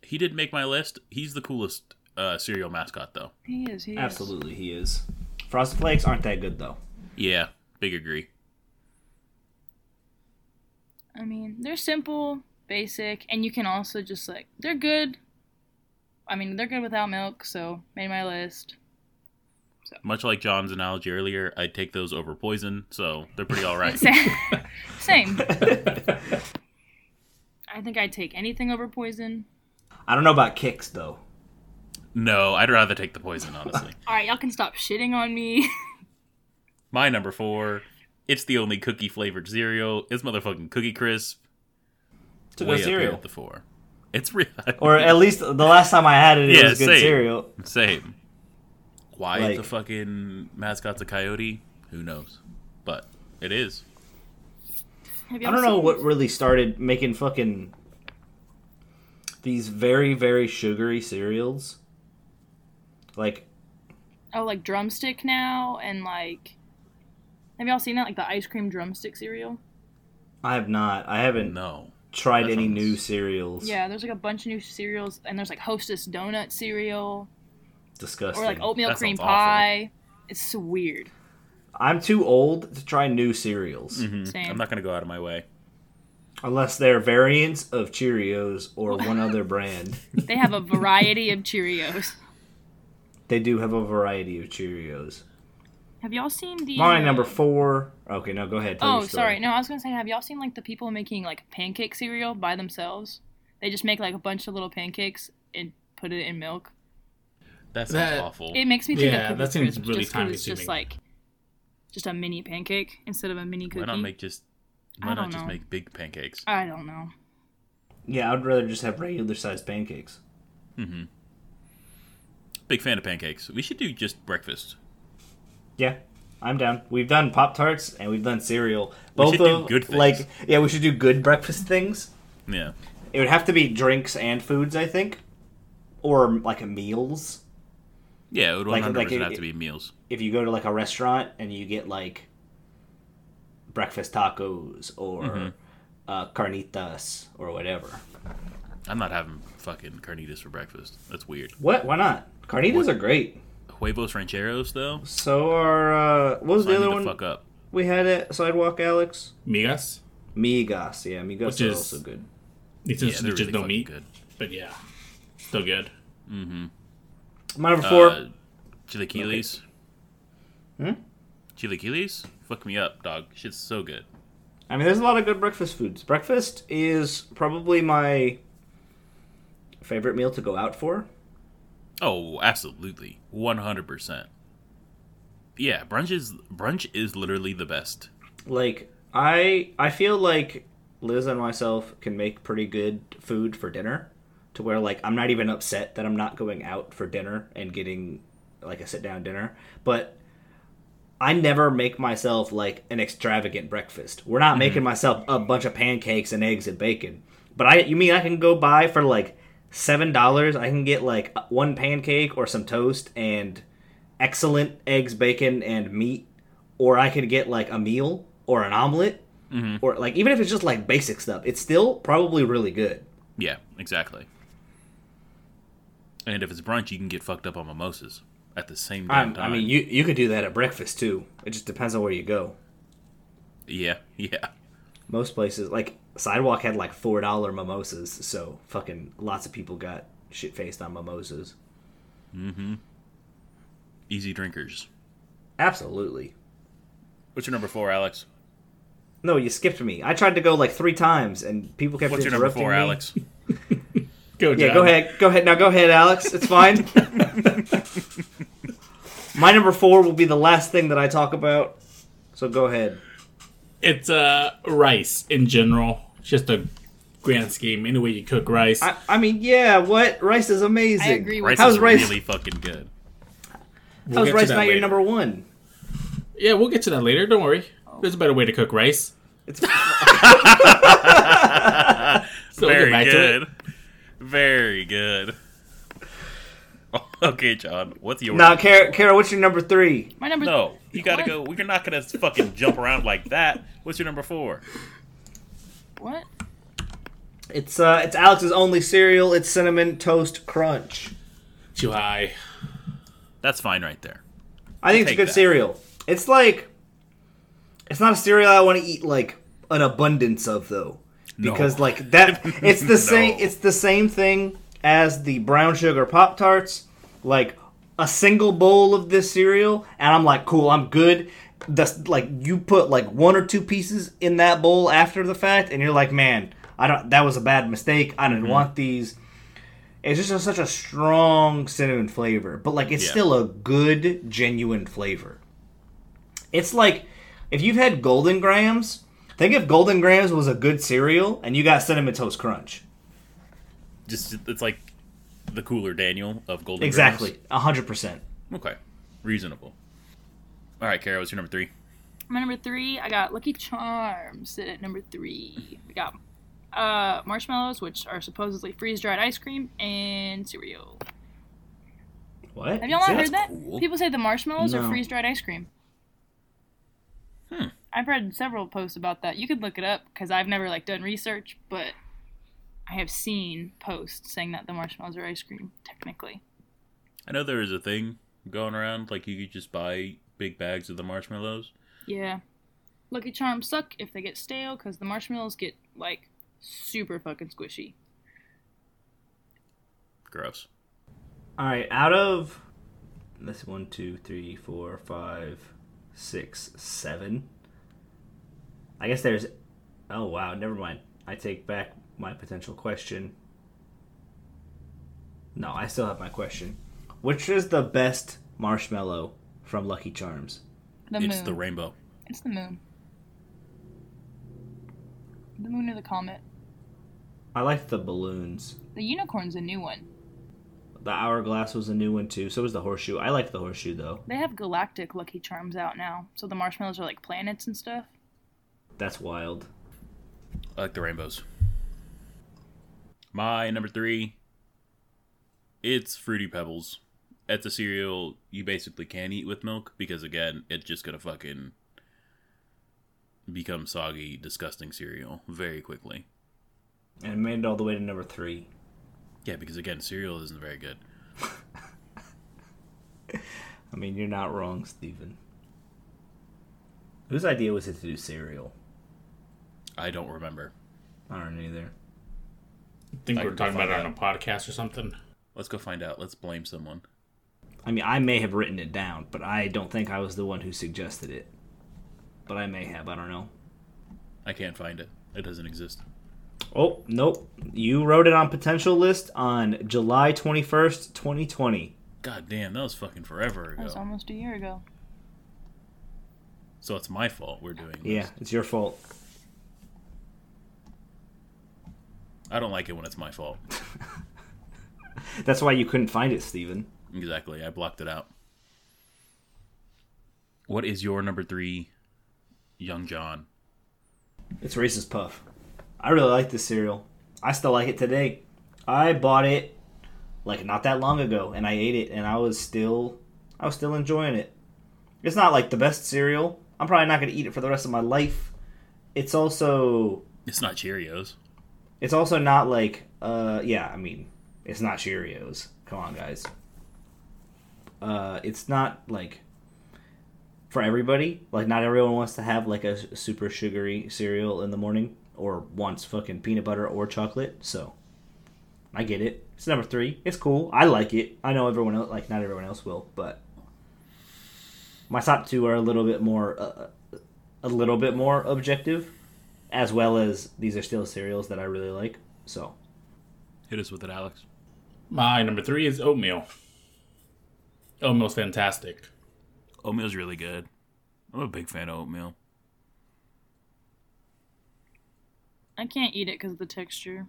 S2: He did make my list. He's the coolest uh, cereal mascot, though.
S3: He is. He is.
S1: Absolutely, he is. Frosted Flakes aren't that good though.
S2: Yeah, big agree.
S3: I mean, they're simple, basic, and you can also just like they're good. I mean, they're good without milk, so made my list.
S2: Much like John's analogy earlier, I'd take those over poison, so they're pretty all right.
S3: Same. Same. I think I'd take anything over poison.
S1: I don't know about kicks though.
S2: no, I'd rather take the poison, honestly.
S3: All right, y'all can stop shitting on me.
S2: my number four, it's the only cookie flavored cereal. It's motherfucking Cookie Crisp.
S1: It's a
S2: Way
S1: good
S2: up here
S1: cereal,
S2: at the four. It's real.
S1: or at least the last time I had it, it
S2: Yeah,
S1: was good
S2: same.
S1: cereal.
S2: Same. Why
S1: Like-
S2: the fucking mascot's a coyote? Who knows? But it is.
S3: Have
S1: I
S3: y'all
S1: don't know
S3: seen-
S1: what really started making fucking these very very sugary cereals. Like
S3: Oh, like drumstick now, and like, have y'all seen that? Like the ice cream drumstick cereal.
S1: I have not, I haven't
S2: No.
S1: tried
S2: That
S1: any
S2: sounds-
S1: new cereals.
S3: Yeah, there's like a bunch of new cereals, and there's like Hostess donut cereal
S1: disgusting.
S3: or like oatmeal
S2: That
S3: cream
S2: sounds awful.
S3: pie. It's so weird.
S1: I'm too old to try new cereals
S2: Mhm.
S3: Same.
S2: I'm not going to go out of my way.
S1: unless they're variants of Cheerios or one other brand.
S3: They have a variety of Cheerios.
S1: They do have a variety of Cheerios.
S3: Have y'all seen the
S1: My
S3: uh,
S1: number four. Okay, no, go ahead. Tell
S3: Oh,
S1: your story.
S3: sorry. No, I was gonna say, have y'all seen like the people making like pancake cereal by themselves? They just make like a bunch of little pancakes and put it in milk.
S2: That sounds
S4: That-
S2: awful.
S3: It makes me think
S4: Yeah,
S3: of
S4: that
S3: cookie
S4: seems
S3: crisp,
S4: really
S3: just 'cause it's
S4: time-consuming.
S3: just like just a mini pancake instead of a mini cookie.
S2: Why not make just Why
S3: I
S2: not
S3: don't
S2: just
S3: know.
S2: make big pancakes?
S3: I don't know.
S1: Yeah, I'd rather just have regular sized pancakes.
S2: Big fan of pancakes. We should do just breakfast.
S1: Yeah, I'm down. We've done Pop Tarts and we've done cereal. Both
S2: should do
S1: of
S2: good things.
S1: like yeah, we should do good breakfast things.
S2: Yeah.
S1: It would have to be drinks and foods, I think, or like meals.
S2: Yeah, it would 100%
S1: Like- like it-
S2: have to be meals.
S1: If you go to like a restaurant and you get like breakfast tacos or
S2: Mm-hmm.
S1: uh, carnitas or whatever.
S2: I'm not having fucking carnitas for breakfast. That's weird.
S1: What? Why not? Carnitas are great.
S2: Huevos rancheros, though?
S1: So are uh, what was
S2: Sign
S1: the other
S2: me the
S1: one
S2: fuck up.
S1: we had at Sidewalk Alex?
S4: Migas.
S1: Migas, yeah, Migas
S4: Which
S1: are
S4: is-
S1: also good.
S4: It's
S2: Yeah,
S4: just,
S2: they're
S4: it's just
S2: really
S4: no
S2: fucking
S4: meat,
S2: good.
S4: but yeah, still good.
S1: My number four.
S2: Uh, chilaquiles.
S1: Hmm?
S2: Chilaquiles? Fuck me up, dog. Shit's so good.
S1: I mean, there's a lot of good breakfast foods. Breakfast is probably my favorite meal to go out for.
S2: Oh, absolutely. 100%. Yeah, brunch is brunch is literally the best.
S1: Like I, I feel like Liz and myself can make pretty good food for dinner, to where like I'm not even upset that I'm not going out for dinner and getting like a sit down dinner. But I never make myself like an extravagant breakfast. We're not making myself a bunch of pancakes and eggs and bacon. But I, you mean I can go buy for like seven dollars? I can get like one pancake or some toast and excellent eggs, bacon, and meat, or I could get like a meal or an omelet,
S2: Mm-hmm.
S1: or like even if it's just like basic stuff, it's still probably really good.
S2: Yeah, exactly. And if it's brunch, you can get fucked up on mimosas at the same damn
S1: I'm,
S2: time.
S1: I mean, you you could do that at breakfast too. It just depends on where you go.
S2: yeah, yeah.
S1: Most places, like Sidewalk, had like four dollar mimosas, so fucking lots of people got shit faced on mimosas.
S2: Easy drinkers.
S1: Absolutely.
S2: What's your number four, Alex?
S1: No, you skipped me. I tried to go like three times, and people kept
S2: What's your number
S1: interrupting
S2: four,
S1: me.
S2: Alex?
S4: Go,
S1: Yeah,
S4: John.
S1: go ahead. Go ahead. Now go ahead, Alex. It's fine. My number four will be the last thing that I talk about. So go ahead.
S4: It's uh rice in general. It's just a grand scheme. Any way you cook rice,
S1: I, I mean, yeah, what? Rice is amazing.
S3: I agree with
S2: Rice
S1: How's
S2: is
S1: rice-
S2: really fucking good.
S4: We'll
S1: How's
S4: get to
S1: rice
S4: that
S1: not your
S4: later.
S1: number one?
S4: Yeah, we'll get to that later. Don't worry. There's a better way to cook rice.
S1: It's
S4: So we'll get
S2: Very
S4: back to it.
S2: good. Very good. Okay, John. What's your
S1: now, Kara, Kara, what's your number three?
S3: My number
S2: No, you gotta
S3: What?
S2: go. We're not gonna fucking jump around like that. What's your number four?
S3: What?
S1: It's uh, it's Alex's only cereal. It's cinnamon toast crunch.
S4: Too high.
S2: That's fine right there.
S1: I think it's a
S2: Take
S1: good
S2: that.
S1: cereal. It's like, it's not a cereal I want to eat like an abundance of though, because like that, it's the same.
S2: No.
S1: It's the same thing as the brown sugar pop tarts. Like a single bowl of this cereal, and I'm like, cool, I'm good. That's like you put like one or two pieces in that bowl after the fact, and you're like, man, I don't. That was a bad mistake. I
S2: Mm-hmm.
S1: didn't want these. It's just a, such a strong cinnamon flavor, but like it's
S2: Yeah.
S1: still a good, genuine flavor. It's like if you've had Golden Grams, think if Golden Grams was a good cereal and you got Cinnamon Toast Crunch.
S2: Just it's like the cooler Daniel of Golden.
S1: Exactly, hundred percent.
S2: Girls. Okay. Reasonable. All right, Kara. What's your number three?
S3: My number three, I got Lucky Charms sit at number three. We got uh, marshmallows, which are supposedly freeze dried ice cream, and cereal.
S1: What?
S3: Have y'all not
S2: That's
S3: heard that?
S2: cool.
S3: People say the marshmallows
S1: No.
S3: are freeze dried ice cream.
S2: Hmm.
S3: I've read several posts about that. You could look it up because I've never like done research, but I have seen posts saying that the marshmallows are ice cream. Technically,
S2: I know there is a thing going around like you could just buy big bags of the marshmallows.
S3: yeah. Lucky Charms suck if they get stale because the marshmallows get like super fucking squishy.
S2: Gross.
S1: All right, out of this is one, two, three, four, five, six, seven. I guess there's. Oh wow, never mind. I take back my potential question. No, I still have my question. Which is the best marshmallow from Lucky Charms?
S3: The
S2: it's
S3: moon.
S2: the rainbow.
S3: it's the moon. The moon or the comet?
S1: I like the balloons.
S3: The unicorn's a new one.
S1: The hourglass was a new one too. So was the horseshoe. I like the horseshoe though.
S3: They have galactic Lucky Charms out now, so the marshmallows are like planets and stuff.
S1: That's wild.
S2: I like the rainbows. My number three, it's Fruity Pebbles. It's a cereal you basically can eat with milk because, again, it's just gonna fucking become soggy, disgusting cereal very quickly.
S1: And it made it all the way to number three.
S2: Yeah, because again, cereal isn't very good.
S1: I mean, you're not wrong, Steven. Whose idea was it to do cereal?
S2: I don't remember.
S1: I don't either.
S4: I think
S2: I
S4: we we're
S2: can
S4: talking about it on
S2: find
S4: a podcast or something.
S2: Let's go find out. Let's blame someone.
S1: I mean, I may have written it down, but I don't think I was the one who suggested it. But I may have. I don't know.
S2: I can't find it. It doesn't exist.
S1: Oh, nope. You wrote it on potential list on July 21st, 2020.
S2: God damn, that was fucking forever
S3: That was
S2: ago.
S3: almost a year ago.
S2: So it's my fault we're doing this.
S1: Yeah, it's your fault.
S2: I don't like it when it's my fault.
S1: That's why you couldn't find it, Steven.
S2: Exactly. I blocked it out. What is your number three, Young John?
S1: It's Reese's Puff. I really like this cereal. I still like it today. I bought it like not that long ago and I ate it and I was still I was still enjoying it. It's not like the best cereal. I'm probably not going to eat it for the rest of my life. It's also
S2: It's not Cheerios.
S1: It's also not like, uh, yeah, I mean, it's not Cheerios. Come on, guys. Uh, it's not like for everybody. Like, not everyone wants to have like a s- super sugary cereal in the morning or wants fucking peanut butter or chocolate. So, I get it. It's number three. It's cool. I like it. I know everyone else, like, not everyone else will, but my top two are a little bit more, uh, a little bit more objective as well as these are still cereals that I really like. So
S2: Hit us with it, Alex.
S4: My number three is oatmeal. Oatmeal's fantastic.
S2: Oatmeal's really good. I'm a big fan of oatmeal.
S3: I can't eat it because of the texture.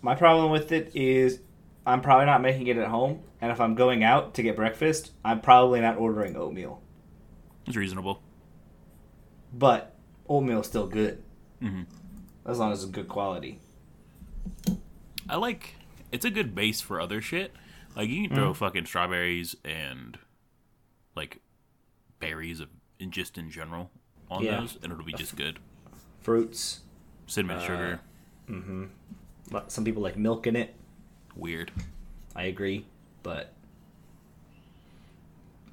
S1: my problem with it is I'm probably not making it at home, and if I'm going out to get breakfast, I'm probably not ordering oatmeal.
S2: It's reasonable.
S1: But oatmeal's still good, Mm-hmm. as long as it's good quality.
S2: I like. It's a good base for other shit. Like you can throw fucking strawberries and like berries of, and just in general on
S1: Yeah.
S2: those, and it'll be just good.
S1: Fruits.
S2: Cinnamon sugar,
S1: but Some people like milk in it.
S2: weird.
S1: I agree, but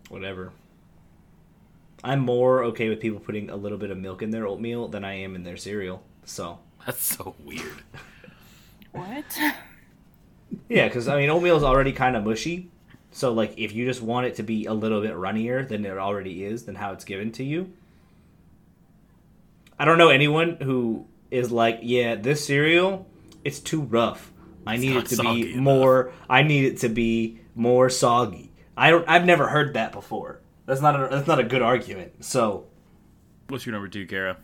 S1: whatever. I'm more okay with people putting a little bit of milk in their oatmeal than I am in their cereal. So
S2: That's so weird.
S3: What?
S1: Yeah, because I mean, oatmeal is already kind of mushy. So, like, if you just want it to be a little bit runnier than it already is, than how it's given to you. I don't know anyone who is like, yeah, this cereal, it's too rough. I need
S2: not
S1: it to
S2: soggy
S1: be
S2: enough."
S1: more. I need it to be more soggy. I don't. I've never heard that before. That's not. A, that's not a good argument. So
S2: What's your number two, Kara?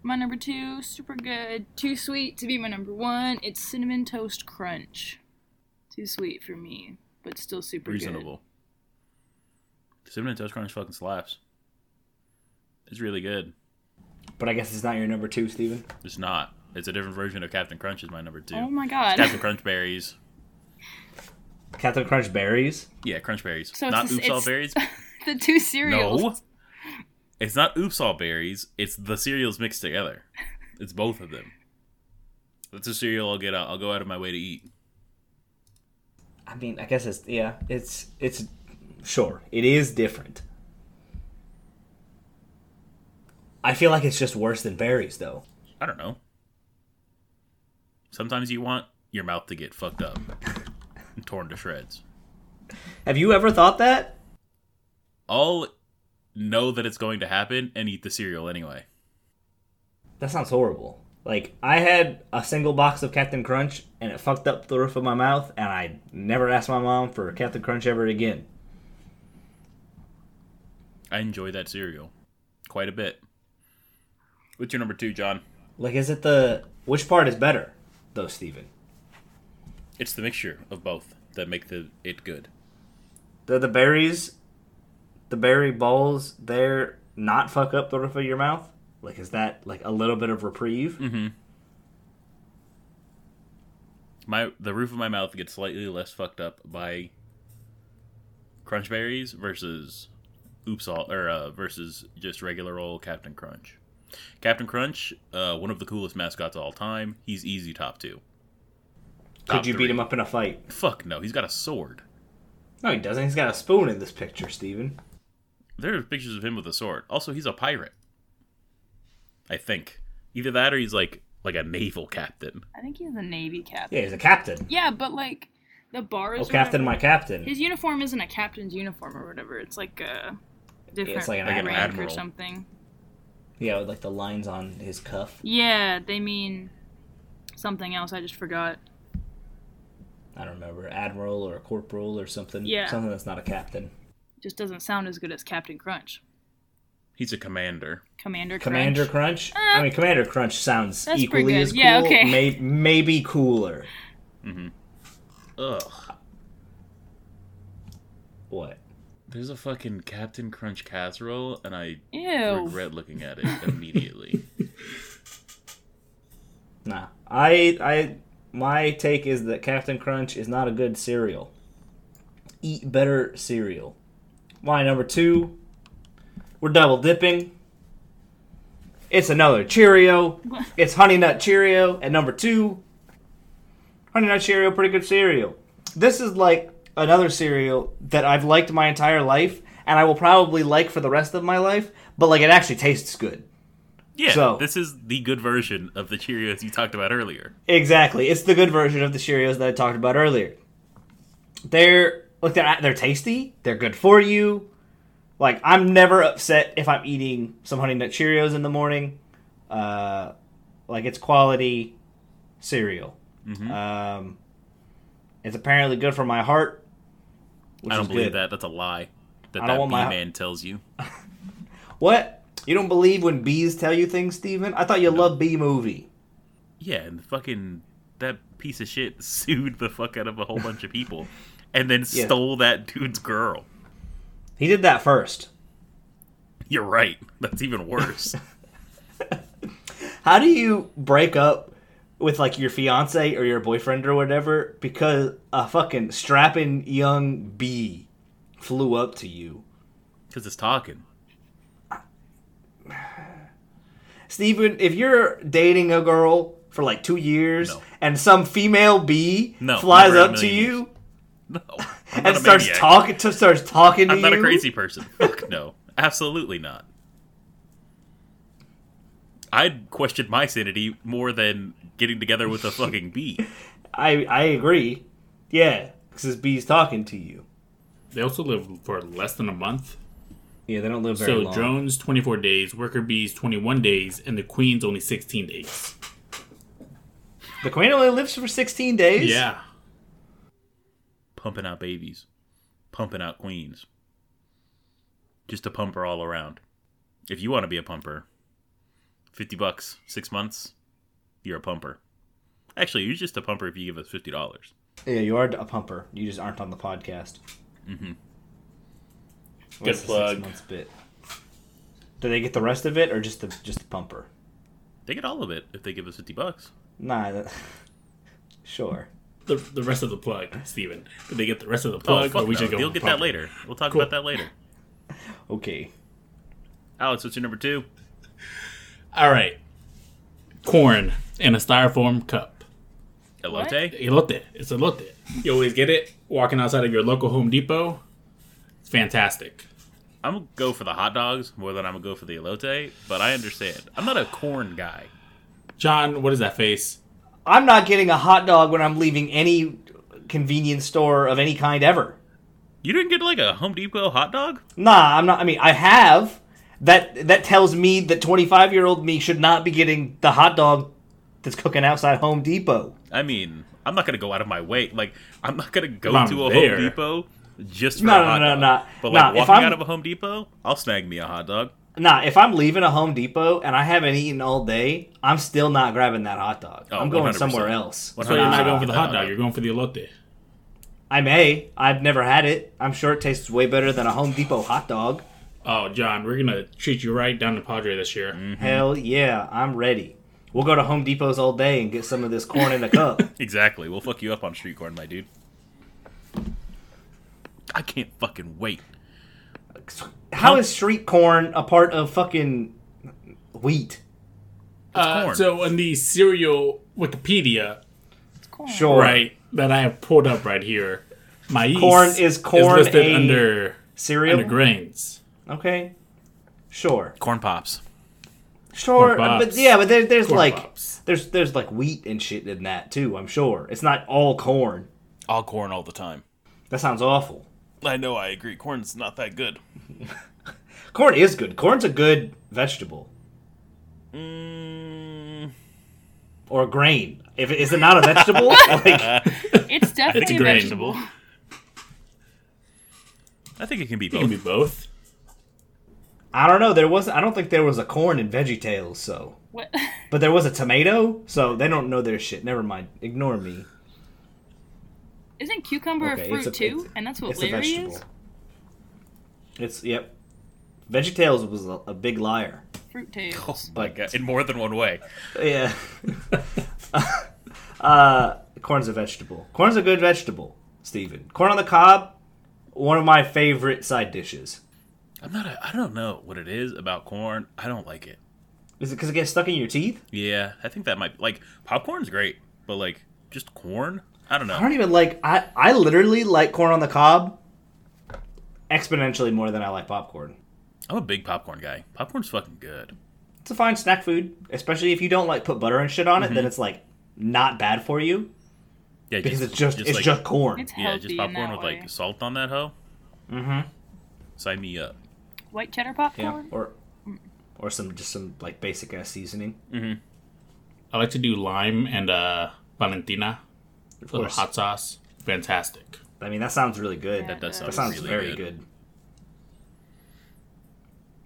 S3: my number two, super good. Too sweet to be my number one. It's cinnamon toast crunch. Too sweet for me, but still super Good.
S2: reasonable. Cinnamon Toast Crunch fucking slaps. It's really good.
S1: but I guess it's not your number two, Steven.
S2: It's not. It's a different version of Captain Crunch is my number two.
S3: Oh my god.
S2: Captain Crunch berries.
S1: Captain Crunch berries.
S2: Yeah, Crunch berries.
S3: So it's
S2: not
S3: this-
S2: Oops All
S3: it's-
S2: Berries.
S3: the two cereals.
S2: No. It's not Oops All Berries. It's the cereals mixed together. It's both of them. That's a cereal I'll get out. I'll go out of my way to eat.
S1: I mean, I guess it's yeah, it's it's sure it is different. I feel like it's just worse than berries, though.
S2: I don't know. Sometimes you want your mouth to get fucked up and torn to shreds.
S1: Have you ever thought that?
S2: I'll know that it's going to happen and eat the cereal anyway.
S1: That sounds horrible. Like I had a single box of Captain Crunch, and it fucked up the roof of my mouth, and I never asked my mom for Captain Crunch ever again.
S2: I enjoy that cereal quite a bit. What's your number two, John?
S1: Like, is it the which part is better, though, Steven?
S2: It's the mixture of both that make the it good.
S1: Do the berries, the berry balls, there not fuck up the roof of your mouth? Like, is that like a little bit of reprieve?
S2: My the roof of my mouth gets slightly less fucked up by crunch berries versus oops all or uh, versus just regular old Captain Crunch. Captain Crunch, uh, one of the coolest mascots of all time. He's easy top two.
S1: Could you beat him up in a fight?
S2: Fuck no, he's got a sword.
S1: No, he doesn't. He's got a spoon in this picture, Steven.
S2: There are pictures of him with a sword. Also, he's a pirate. I think either that or he's like like a naval captain.
S3: I think he's a navy captain.
S1: Yeah, he's a captain.
S3: Yeah, but like the bar is.
S1: Oh, captain, my captain.
S3: His uniform isn't a captain's uniform or whatever. It's like a different
S1: like an
S3: rank
S2: admiral.
S3: or something.
S1: Yeah, with like the lines on his cuff.
S3: Yeah, they mean something else. I just forgot.
S1: I don't remember, admiral or corporal or something.
S3: Yeah.
S1: something that's not a captain.
S3: Just doesn't sound as good as Captain Crunch.
S2: He's a commander.
S3: Commander.
S1: Commander
S3: Crunch. Eh.
S1: Crunch. I mean, Commander Crunch sounds
S3: That's pretty
S1: equally
S3: good.
S1: as cool.
S3: Yeah, okay.
S1: may- maybe cooler.
S2: Ugh.
S1: What?
S2: There's a fucking Captain Crunch casserole, and I
S3: Ew.
S2: regret looking at it immediately.
S1: Nah. I I my take is that Captain Crunch is not a good cereal. Eat better cereal. Why number two? We're double dipping. It's another Cheerio. It's Honey Nut Cheerio at number two. Honey Nut Cheerio, pretty good cereal. This is like another cereal that I've liked my entire life, and I will probably like for the rest of my life. But like, it actually tastes good.
S2: yeah,
S1: So-
S2: this is the good version of the Cheerios you talked about earlier.
S1: Exactly. It's the good version of the Cheerios that I talked about earlier. They're look they're they're tasty. They're good for you. Like I'm never upset if I'm eating some Honey Nut Cheerios in the morning. Uh, like it's quality cereal.
S2: Mm-hmm.
S1: Um, it's apparently good for my heart. Which
S2: I don't
S1: is
S2: believe
S1: good.
S2: that. That's a lie. That
S1: I
S2: that
S1: don't
S2: bee
S1: want my-
S2: man tells you.
S1: What? You don't believe when bees tell you things, Steven? I thought you loved bee movie.
S2: Yeah, and the fucking that piece of shit sued the fuck out of a whole bunch of people, and then
S1: Yeah.
S2: stole that dude's girl.
S1: He did that first.
S2: You're right. That's even worse.
S1: How do you break up with like your fiance or your boyfriend or whatever because a fucking strapping young bee flew up to you?
S2: Because it's talking.
S1: Steven, if you're dating a girl for like two years
S2: No.
S1: and some female bee
S2: No,
S1: flies
S2: never in a
S1: up to
S2: million
S1: you
S2: No, I'm not
S1: and
S2: a
S1: starts
S2: maniac.
S1: talking to starts talking to
S2: I'm not
S1: you,
S2: a crazy person. Fuck no. Absolutely not. I'd question my sanity more than getting together with a fucking bee.
S1: I I agree. Yeah, because this bee's talking to you.
S4: They also live for less than a month.
S1: Yeah, they don't live very
S4: so
S1: long.
S4: drones 24 days, worker bees 21 days, and the queen's only 16 days.
S1: the queen only lives for 16 days.
S4: Yeah.
S2: Pumping out babies. Pumping out queens. Just a pumper all around. If you want to be a pumper, 50 bucks, six months, you're a pumper. Actually, you're just a pumper if you give us $50.
S1: yeah, you are a pumper. You just aren't on the podcast.
S4: Mm-hmm. Good
S1: What's the
S4: plug.
S1: Six months bit. Do they get the rest of it or just the just the pumper?
S2: They get all of it if they give us 50 bucks.
S1: Nah, that, sure.
S4: The, the rest of the plug, Steven. Did they get the rest of the plug?
S2: Oh, fuck
S4: or we
S2: no.
S4: should go
S2: You'll
S4: with
S2: get that
S4: pump?
S2: later. We'll talk
S4: Cool.
S2: about that later.
S1: Okay.
S2: Alex, what's your number two?
S4: All right. Corn in a styrofoam cup.
S2: Elote?
S4: Elote. It's elote. You always get it walking outside of your local Home Depot. It's fantastic.
S2: I'm gonna go for the hot dogs more than I'm gonna go for the elote, but I understand. I'm not a corn guy.
S4: John, what is that face?
S1: I'm not getting a hot dog when I'm leaving any convenience store of any kind ever.
S2: You didn't get like a Home Depot hot dog?
S1: Nah, I'm not I mean I have. That that tells me that twenty five year old me should not be getting the hot dog that's cooking outside Home Depot.
S2: I mean, I'm not gonna go out of my way. Like, I'm not gonna go
S4: I'm
S2: to a
S4: there.
S2: Home Depot just for
S1: No,
S2: a
S1: no,
S2: hot
S1: no,
S2: dog.
S1: no.
S2: But like
S1: No, if
S2: walking
S1: I'm-
S2: out of a Home Depot, I'll snag me a hot dog.
S1: Nah, if I'm leaving a Home Depot and I haven't eaten all day, I'm still not grabbing that hot dog.
S2: Oh,
S1: I'm going
S2: 100%.
S1: somewhere else.
S2: What-
S4: So you're not
S2: Nah,
S4: going for the hot
S2: nah,
S4: dog.
S2: nah.
S4: You're going for the elote.
S1: I may. I've never had it. I'm sure it tastes way better than a Home Depot hot dog.
S4: Oh, John, we're gonna treat you right down to Padre this year.
S1: Hell yeah, I'm ready. We'll go to Home Depot's all day and get some of this corn in a cup.
S2: Exactly. We'll fuck you up on street corn, my dude. I can't fucking wait.
S1: How is street corn a part of fucking wheat?
S4: Uh,
S2: corn.
S4: so on the cereal Wikipedia,
S3: It's corn.
S1: Sure.
S4: right, that I have pulled up right here, maíz
S1: Corn is corn
S4: listed
S1: a-
S4: under
S1: Cereal?
S4: under grains.
S1: Okay. Sure.
S2: Corn pops.
S1: Sure.
S4: Corn
S1: But
S4: pops.
S1: yeah, but there, there's
S4: Corn
S1: like
S4: pops.
S1: there's there's like wheat and shit in that too, I'm sure. It's not all corn.
S2: All corn all the time.
S1: That sounds awful.
S2: I know, I agree. Corn's not that good.
S1: Corn is good. Corn's a good vegetable
S2: Mm,
S1: or grain. If it, is it not a vegetable? like,
S3: It's definitely a,
S4: grain.
S3: vegetable.
S2: I think it can be
S4: It can be
S2: both.
S4: both.
S1: I don't know. There was I don't think there was a corn in Veggie Tales, so
S3: What?
S1: but there was a tomato, so they don't know their shit. Never mind. Ignore me.
S3: Isn't cucumber
S1: Okay,
S3: a
S1: it's
S3: fruit
S1: a-
S3: too?
S1: it's-
S3: and that's what
S1: It's a
S3: Larry
S1: vegetable.
S3: is.
S1: It's yep. Veggie Tales was a, a big liar.
S3: Fruit tails.
S2: Like uh, in more than one way.
S1: Yeah. uh, corn's a vegetable. Corn's a good vegetable, Steven. Corn on the cob, one of my favorite side dishes.
S2: I'm not. A, I don't know what it is about corn. I don't like it.
S1: Is it because it gets stuck in your teeth?
S2: Yeah, I think that might like popcorn's great, but like just corn. I don't know.
S1: I don't even like. I I literally like corn on the cob exponentially more than I like popcorn.
S2: I'm a big popcorn guy. Popcorn's fucking good.
S1: It's a fine snack food, especially if you don't like put butter and shit on it.
S2: Mm-hmm.
S1: Then it's like not bad for you
S2: Yeah,
S1: because it's just, it's
S2: like,
S1: just corn.
S3: It's
S2: yeah,
S3: healthy
S2: just
S3: in
S2: popcorn
S3: that
S2: with
S3: way.
S2: like salt on that hoe.
S1: Mm-hmm.
S2: Sign me up.
S3: white cheddar popcorn.
S1: Yeah, or or some just some like basic ass seasoning.
S4: I like to do lime and uh, Valentina
S1: Of
S4: for the
S1: course.
S4: hot sauce. Fantastic.
S1: I mean, that sounds really good.
S3: Yeah,
S1: That,
S2: That does
S3: That
S2: sound
S1: sounds
S2: really
S1: very
S2: good.
S1: good.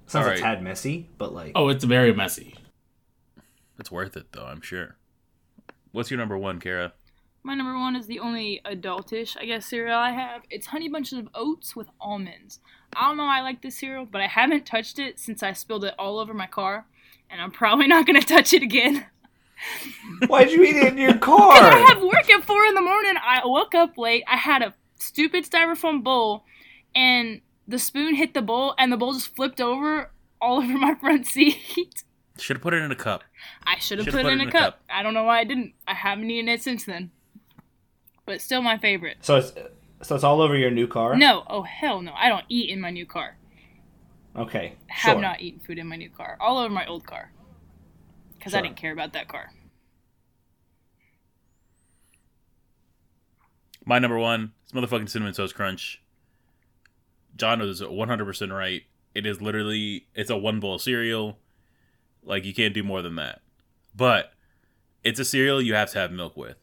S1: Sounds
S2: Alright.
S1: a tad messy, but like
S4: Oh, it's very messy.
S2: It's worth it though. I'm sure. What's your number one, Kara?
S3: My number one is the only adultish, I guess, cereal I have. It's Honey Bunches of Oats with almonds. I don't know why I like this cereal, but I haven't touched it since I spilled it all over my car, and I'm probably not gonna touch it again.
S1: why'd you eat it in your
S3: I
S1: car?
S3: have work at four in the morning. I woke up late. I had a stupid styrofoam bowl, and the spoon hit the bowl, and the bowl just flipped over all over my front seat.
S2: Should have put it in a cup.
S3: I should have
S2: Should've
S3: put, it in a cup. I don't know why I didn't. I haven't eaten it since then, but still my favorite.
S1: so it's so it's all over your new car.
S3: No, oh hell no! I don't eat in my new car.
S1: okay,
S3: Have
S1: sure.
S3: not eaten food in my new car. All over my old car, because I
S1: Sure.
S3: didn't care about that car.
S2: My number one is motherfucking cinnamon toast crunch. John is 100% right. It is literally it's a one bowl cereal. Like you can't do more than that. But it's a cereal you have to have milk with.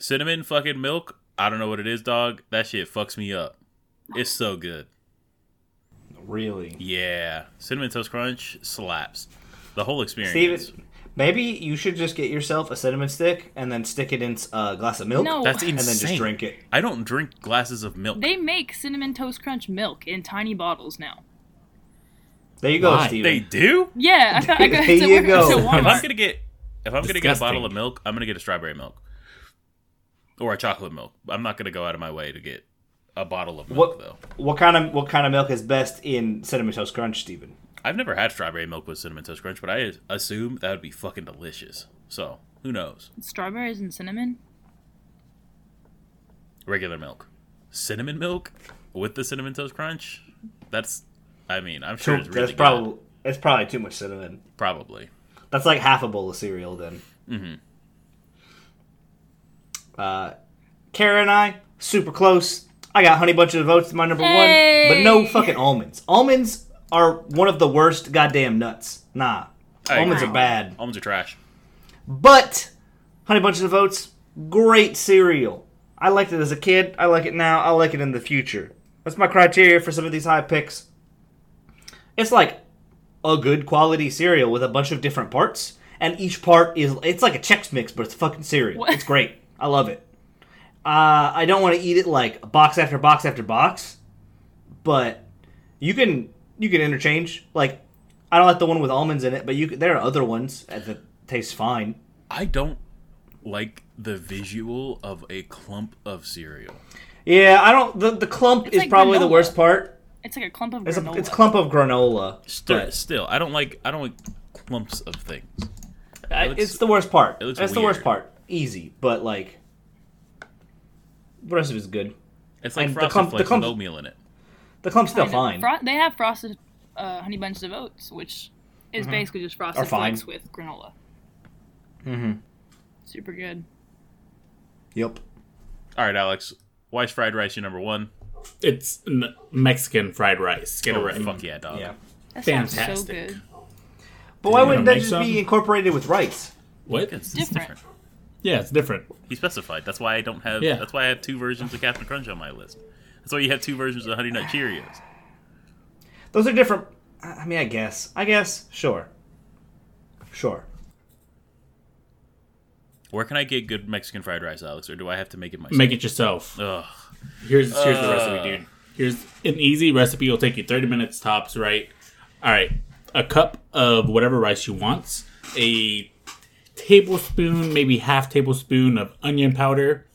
S2: Cinnamon fucking milk. I don't know what it is, dog. That shit fucks me up. It's so good.
S1: Really,
S2: Yeah. Cinnamon toast crunch slaps. The whole experience.
S1: Steven. Maybe you should just get yourself a cinnamon stick and then stick it in uh, a glass of milk.
S3: No,
S2: That's insane.
S1: And then just drink it.
S2: I don't drink glasses of milk.
S3: They make cinnamon toast crunch milk in tiny bottles now.
S1: There you go,
S4: Why?
S1: Steven.
S2: They do?
S3: Yeah, I thought I got
S1: There
S3: to
S1: you
S3: work
S1: go.
S3: to
S2: if I'm
S3: Walmart.
S2: gonna get if I'm gonna get a bottle
S4: Disgusting.
S2: of milk, I'm gonna get a strawberry milk or a chocolate milk. I'm not gonna go out of my way to get a bottle of milk
S1: What-
S2: though.
S1: What kind of what kind of milk is best in cinnamon toast crunch, Steven?
S2: I've never had strawberry milk with cinnamon toast crunch, but I assume that would be fucking delicious. So who knows?
S3: Strawberries and cinnamon.
S2: Regular milk, cinnamon milk with the cinnamon toast crunch. That's, I mean, I'm sure it's really
S1: that's
S2: good.
S1: probably it's probably too much cinnamon.
S2: probably.
S1: That's like half a bowl of cereal then. Mm-hmm. Uh, Kara and I, super close. I got Honey Bunches of Oats, my number
S3: Hey!
S1: one, but no fucking almonds. Almonds are one of the worst goddamn nuts. Nah,
S2: I
S1: almonds
S2: agree.
S1: are bad.
S2: Almonds are trash.
S1: But Honey Bunches of Oats, great cereal. I liked it as a kid. I like it now. I like it in the future. That's my criteria for some of these high picks. It's like a good quality cereal with a bunch of different parts, and each part is it's like a Chex Mix, but it's fucking cereal.
S3: What?
S1: It's great. I love it. Uh, I don't want to eat it like box after box after box, but you can you can interchange. Like I don't like the one with almonds in it, but you c- there are other ones that taste fine.
S2: I don't like the visual of a clump of cereal.
S1: Yeah, I don't. The, the clump is
S3: like
S1: probably the
S3: granola.
S1: worst part.
S3: It's like a clump of
S1: It's a
S3: granola.
S1: it's clump of granola.
S2: Still,
S1: but
S2: still, I don't like. I don't like clumps of things.
S4: uh,
S1: I-
S2: looks-
S1: it's the worst part.
S2: it
S1: That's
S2: looks
S1: the worst
S2: weird.
S1: part. Easy, but like the rest of it's good.
S2: It's like
S1: And the
S2: frosted
S1: clump- the
S2: flakes
S1: clump-
S2: with oatmeal in it.
S1: The clump's still
S3: Kinda.
S1: fine.
S3: Fro- they have frosted uh, honey bunches of oats, which is basically just frosted
S1: Mm-hmm. Are fine.
S3: flakes with granola.
S1: Mm-hmm.
S3: Super good.
S1: Yep.
S2: All right, Alex. Why is fried rice your number one?
S4: It's n- Mexican fried rice. Get it
S2: Oh,
S4: right.
S2: Fuck yeah, dog.
S1: Mm. Yeah.
S3: That sounds so
S4: Fantastic.
S3: good.
S1: But why
S4: you
S1: wouldn't that
S4: wanna make
S1: just
S4: some?
S1: be incorporated with rice?
S4: What?
S2: It's, it's
S3: Different.
S2: different.
S4: Yeah, it's different.
S2: He specified. That's why I don't have.
S4: Yeah.
S2: That's why I have two versions of Captain Crunch on my list. That's why you have two versions of Honey Nut Cheerios.
S1: Those are different. I I mean, I guess. I guess. Sure. Sure.
S2: Where can I get good Mexican fried rice, Alex? Or do I have to make it myself?
S4: Make it yourself.
S2: Ugh.
S4: Here's here's the
S2: Uh.
S4: recipe, dude. Here's an easy recipe. It'll take you 30 minutes tops, right? All right. A cup of whatever rice you want, a tablespoon, maybe half tablespoon of onion powder,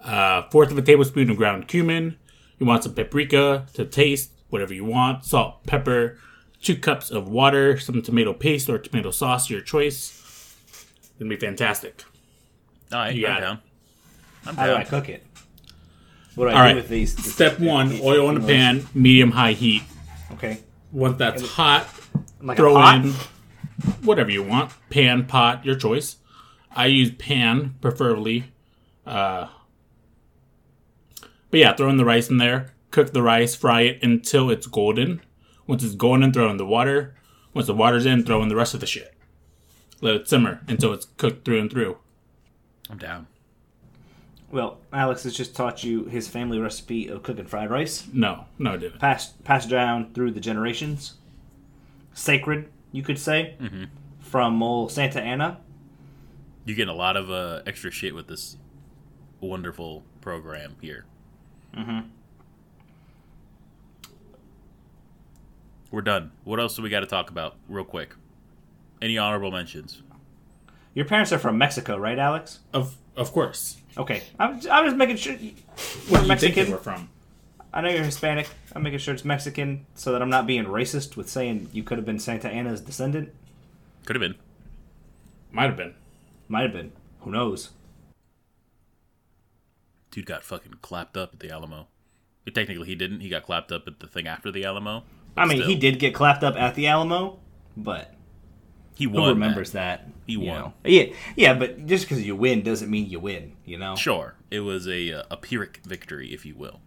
S4: a fourth of a tablespoon of ground cumin. You want some paprika to taste, whatever you want, salt, pepper, two cups of water, some tomato paste or tomato sauce, your choice. Gonna be fantastic.
S2: All right,
S4: You
S2: I'm
S4: got it.
S2: down. I'm
S1: How do I
S2: down.
S1: cook it? What do I
S4: All
S1: do
S4: right.
S1: with these?
S4: Step one: oil in a pan, medium high heat.
S1: Okay.
S4: Once that's hot,
S1: Like
S4: throw
S1: a pot?
S4: in whatever you want pan pot your choice i use pan preferably uh but yeah throw in the rice in there cook the rice fry it until it's golden once it's golden throw in the water once the water's in throw in the rest of the shit let it simmer until it's cooked through and through
S2: I'm down.
S1: Well, Alex has just taught you his family recipe of cooking fried rice,
S4: no no it didn't
S1: passed passed down through the generations, sacred, you could say, from old Santa Ana.
S2: You're getting a lot of uh, extra shit with this wonderful program here. Mm-hmm. We're done. What else do we got to talk about, real quick? Any honorable mentions?
S1: Your parents are from Mexico, right, Alex?
S4: of of course
S1: Okay, I'm, I'm just making sure.
S4: what do you think
S1: Mexican?
S4: they were from
S1: I know you're Hispanic. I'm making sure it's Mexican so that I'm not being racist with saying you could have been Santa Ana's descendant.
S2: Could have been.
S4: might have been
S1: Might have been. Who knows?
S2: Dude got fucking clapped up at the Alamo. But technically, he didn't. He got clapped up at the thing after the Alamo.
S1: I mean,
S2: still.
S1: he did get clapped up at the Alamo, but
S2: He
S1: who
S2: won.
S1: remembers that?
S2: He
S1: you
S2: won.
S1: know? Yeah, yeah, but just because you win doesn't mean you win. You know.
S2: that. Sure, it was a uh, a pyrrhic victory, if you will.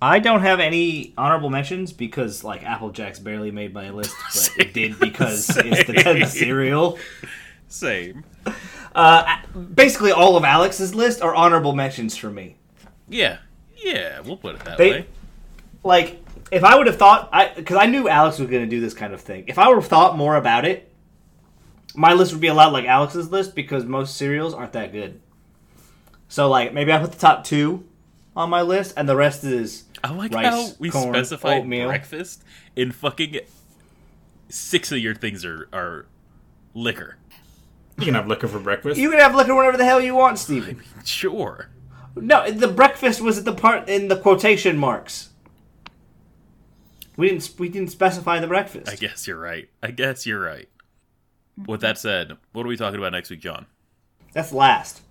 S1: I don't have any honorable mentions because like Applejack's barely made my list, but it did because it's the tenth cereal.
S2: Same.
S1: Basically, all of Alex's list are honorable mentions for me.
S2: Yeah, yeah. We'll put it that
S1: They-
S2: way.
S1: like if I would have thought I because I knew Alex was going to do this kind of thing. If I would have thought more about it, my list would be a lot like Alex's list because most cereals aren't that good. So like maybe I put the top two on my list, and the rest is
S2: I like
S1: rice,
S2: how we
S1: corn,
S2: specified
S1: oatmeal.
S2: breakfast in fucking six of your things are are liquor.
S4: you can have liquor for breakfast
S1: you can have liquor whenever the hell you want, Steven.
S2: Sure.
S1: No, the breakfast was at the part in the quotation marks. We didn't we didn't specify the breakfast.
S2: I guess you're right. I guess you're right. With that said, what are we talking about next week, John?
S1: That's last.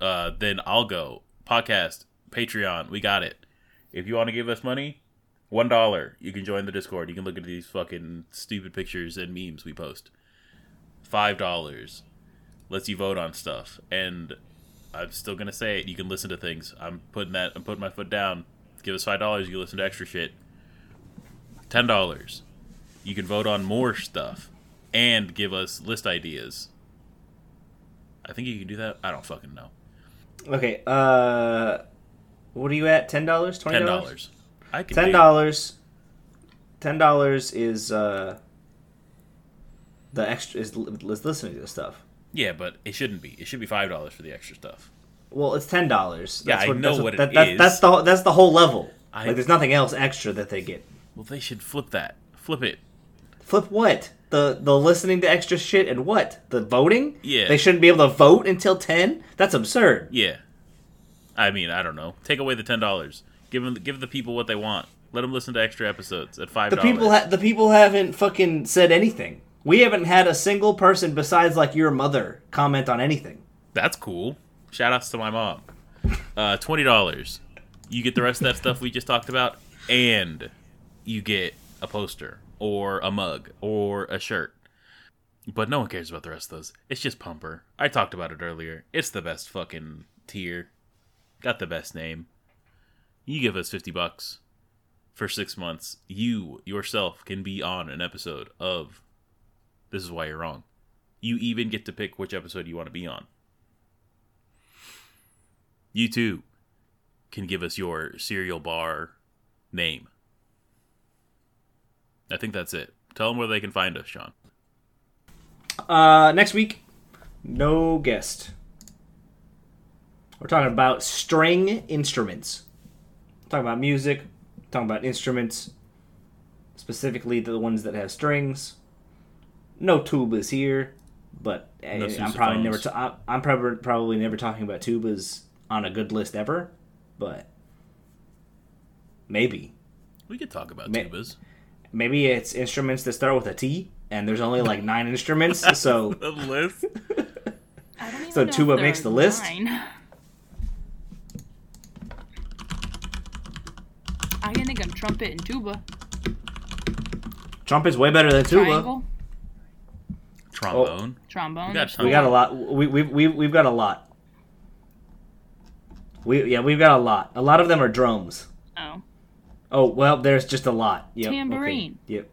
S2: Uh, then I'll go. Podcast, Patreon, we got it. If you want to give us money, one dollar, you can join the Discord. You can look at these fucking stupid pictures and memes we post. Five dollars lets you vote on stuff, and I'm still gonna say it. You can listen to things. I'm putting that. I'm putting my foot down. Give us five dollars, you can listen to extra shit. Ten dollars, you can vote on more stuff, and give us list ideas. I think you can do that. I don't fucking know.
S1: Okay. Uh, what are you at? Ten dollars? Twenty
S2: Ten
S1: dollars?
S2: dollars. I can
S1: Ten
S2: do it.
S1: dollars. Ten dollars is uh, the extra is, is listening to this stuff.
S2: Yeah, but it shouldn't be. It should be five dollars for the extra stuff.
S1: Well, it's ten dollars.
S2: Yeah, I know
S1: that's
S2: what it
S1: that, that-
S2: is.
S1: That's the whole- that's the whole level.
S2: I-
S1: Like, there's nothing else extra that they get.
S2: Well, they should flip that. Flip it.
S1: Flip what the the listening to extra shit and what the voting.
S2: Yeah.
S1: they shouldn't be able to vote until ten. That's absurd.
S2: Yeah. I mean, I don't know. Take away the ten dollars. Give them, give the people what they want. Let them listen to extra episodes at five.
S1: The people ha- the people haven't fucking said anything. We haven't had a single person besides like your mother comment on anything.
S2: That's cool. Shout outs to my mom. Uh, twenty dollars. You get the rest of that stuff we just talked about, and you get a poster or a mug or a shirt. But no one cares about the rest of those. It's just Pumper. I talked about it earlier. It's the best fucking tier. Got the best name. You give us fifty bucks for six months. You yourself can be on an episode of This Is Why You're Wrong. You even get to pick which episode you want to be on you too can give us your cereal bar name. I think that's it. Tell them where they can find us, Sean.
S1: Uh, next week, no guest. We're talking about string instruments. talking about music. talking about instruments, specifically the ones that have strings. No tubas here, but eh,
S2: No
S1: I'm probably never.
S2: sousaphones.
S1: Ta- I- I'm probably probably never talking about tubas on a good list ever, but maybe
S2: We could talk about
S1: Ma-
S2: tubas.
S1: maybe it's instruments that start with a T, and there's only like nine instruments, so.
S2: The list.
S3: I don't even
S1: So
S3: know if
S1: Tuba
S3: there
S1: makes the
S3: are
S1: list?
S3: nine. I can think of trumpet and tuba.
S1: Trumpet's way better than tuba.
S3: Triangle,
S2: Trombone.
S3: trombone.
S2: We got
S3: there's
S1: We
S2: Oh.
S1: got a lot. We we we we've got a lot. We yeah, we've got a lot. A lot of them are drums.
S3: no.
S1: Oh well, there's just a lot. Yep, okay,
S3: Tambourine.
S1: Yep.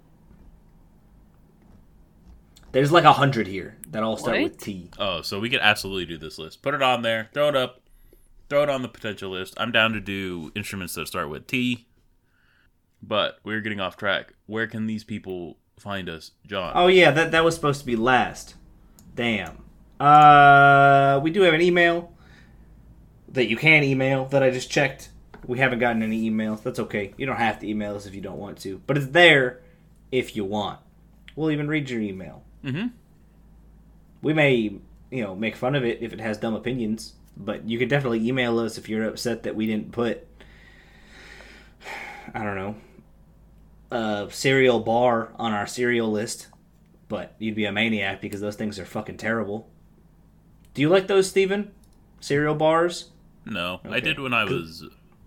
S1: There's like a hundred here that all start with
S3: What?
S1: T.
S2: Oh, so we could absolutely do this list. Put it on there. Throw it up. Throw it on the potential list. I'm down to do instruments that start with T. But we're getting off track. Where can these people find us, John?
S1: Oh yeah, that that was supposed to be last. Damn. Uh, we do have an email that you can email that I just checked. We haven't gotten any emails. That's okay. You don't have to email us if you don't want to, but it's there if you want. We'll even read your email.
S2: Mm-hmm.
S1: we may you know make fun of it if it has dumb opinions but you can definitely email us if you're upset that we didn't put i don't know a cereal bar on our cereal list but you'd be a maniac because those things are fucking terrible do you like those steven cereal bars
S2: No, I
S1: Okay.
S2: did when I was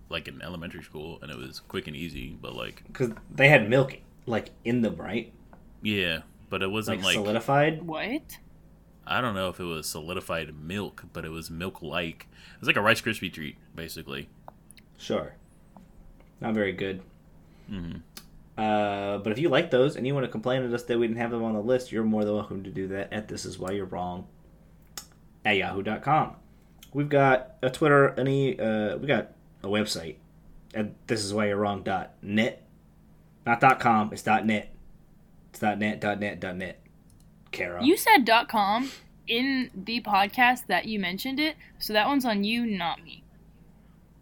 S2: like in elementary school, and it was quick and easy. But like,
S1: because they had milk like in them right
S2: yeah, but it wasn't
S1: like,
S2: like,
S1: solidified
S3: What?
S2: I don't know if it was solidified milk, but it was milk like. It was like a Rice Krispie treat, basically.
S1: sure not very good
S2: hmm
S1: Uh, but if you like those and you want to complain at us that we didn't have them on the list, you're more than welcome to do that at this is why you're wrong at yahoo.com. We've got a Twitter, any uh, we got a website at this is why you're wrong dot net, not dot com, it's dot net, it's dot net dot net dot net. Kara,
S3: You said dot .com in the podcast that you mentioned it, so that one's on you, not me.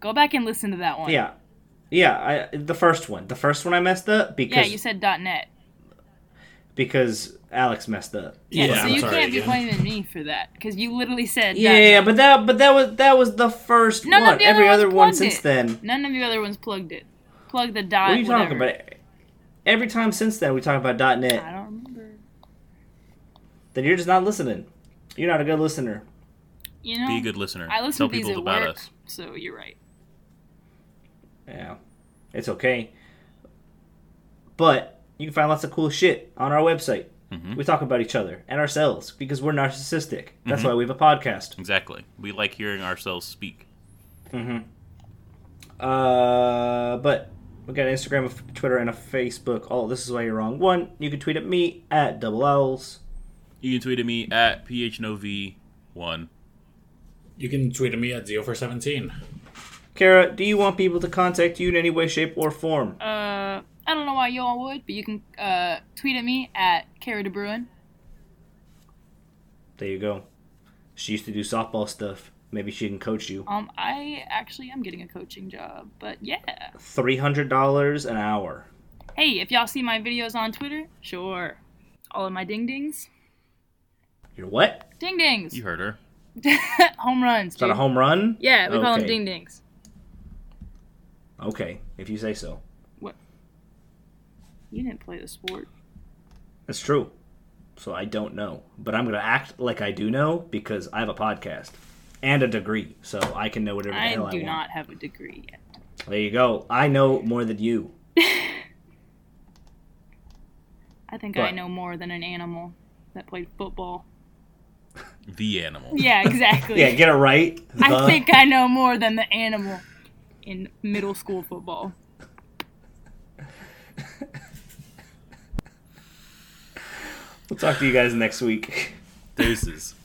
S3: Go back and listen to that one.
S1: yeah, yeah, I, the first one, the first one I messed up
S3: Yeah,
S1: because
S3: you said dot .net.
S1: because Alex messed up.
S3: Yeah,
S4: Yeah,
S3: so
S4: I'm
S3: you
S4: sorry
S3: can't be
S4: again.
S3: blaming me for that because you literally said. dot
S1: Yeah,
S3: net.
S1: but that but that was that was the first
S3: None of
S1: one.
S3: the other
S1: Every
S3: ones
S1: other one
S3: plugged
S1: since
S3: it.
S1: then.
S3: None of the other ones plugged it. Plug the dot.
S1: What are you talking
S3: whatever.
S1: about? Every time since then we talk about
S3: I
S1: .net.
S3: don't remember.
S1: Then you're just not listening. You're not a good listener.
S3: You know,
S2: Be a good listener.
S3: I listen
S2: Tell
S3: to these
S2: people
S3: at
S2: about
S3: work,
S2: us.
S3: so you're right.
S1: Yeah, it's okay. But you can find lots of cool shit on our website.
S2: Mhm.
S1: We talk about each other and ourselves because we're narcissistic. That's why we have a podcast.
S2: Exactly. We like hearing ourselves speak.
S1: Uh, but we got an Instagram, a Twitter, and a Facebook. All this is why you're wrong. One, you can tweet at me at double owls.
S2: You can tweet at me at phnov1.
S4: You can tweet at me at Zeo417.
S1: Kara, do you want people to contact you in any way, shape, or form?
S3: Uh, I don't know why y'all would, but you can uh, tweet at me at Cara DeBruin.
S1: There you go. She used to do softball stuff. Maybe she can coach you.
S3: Um, I actually am getting a coaching job, but yeah.
S1: Three hundred dollars an hour.
S3: Hey, if y'all see my videos on Twitter, sure. All of my ding dings,
S1: You're what?
S3: ding dings,
S2: You heard her.
S3: home runs.
S1: Is that a
S3: dude.
S1: home run?
S3: Yeah, we call them
S1: Okay.
S3: ding dings.
S1: Okay, if you say so.
S3: You didn't play the sport.
S1: That's true. So I don't know, but I'm gonna act like I do know because I have a podcast and a degree, so I can know whatever the
S3: I
S1: hell I
S3: do
S1: want.
S3: not have a degree yet.
S1: There you go. I know more than you.
S3: I think I
S1: But-
S3: know more than an animal that played football.
S2: The animal.
S3: Yeah, exactly.
S1: Yeah, get it right. The-
S3: I think I know more than the animal in middle school football.
S1: We'll talk to you guys next week.
S2: Deuces.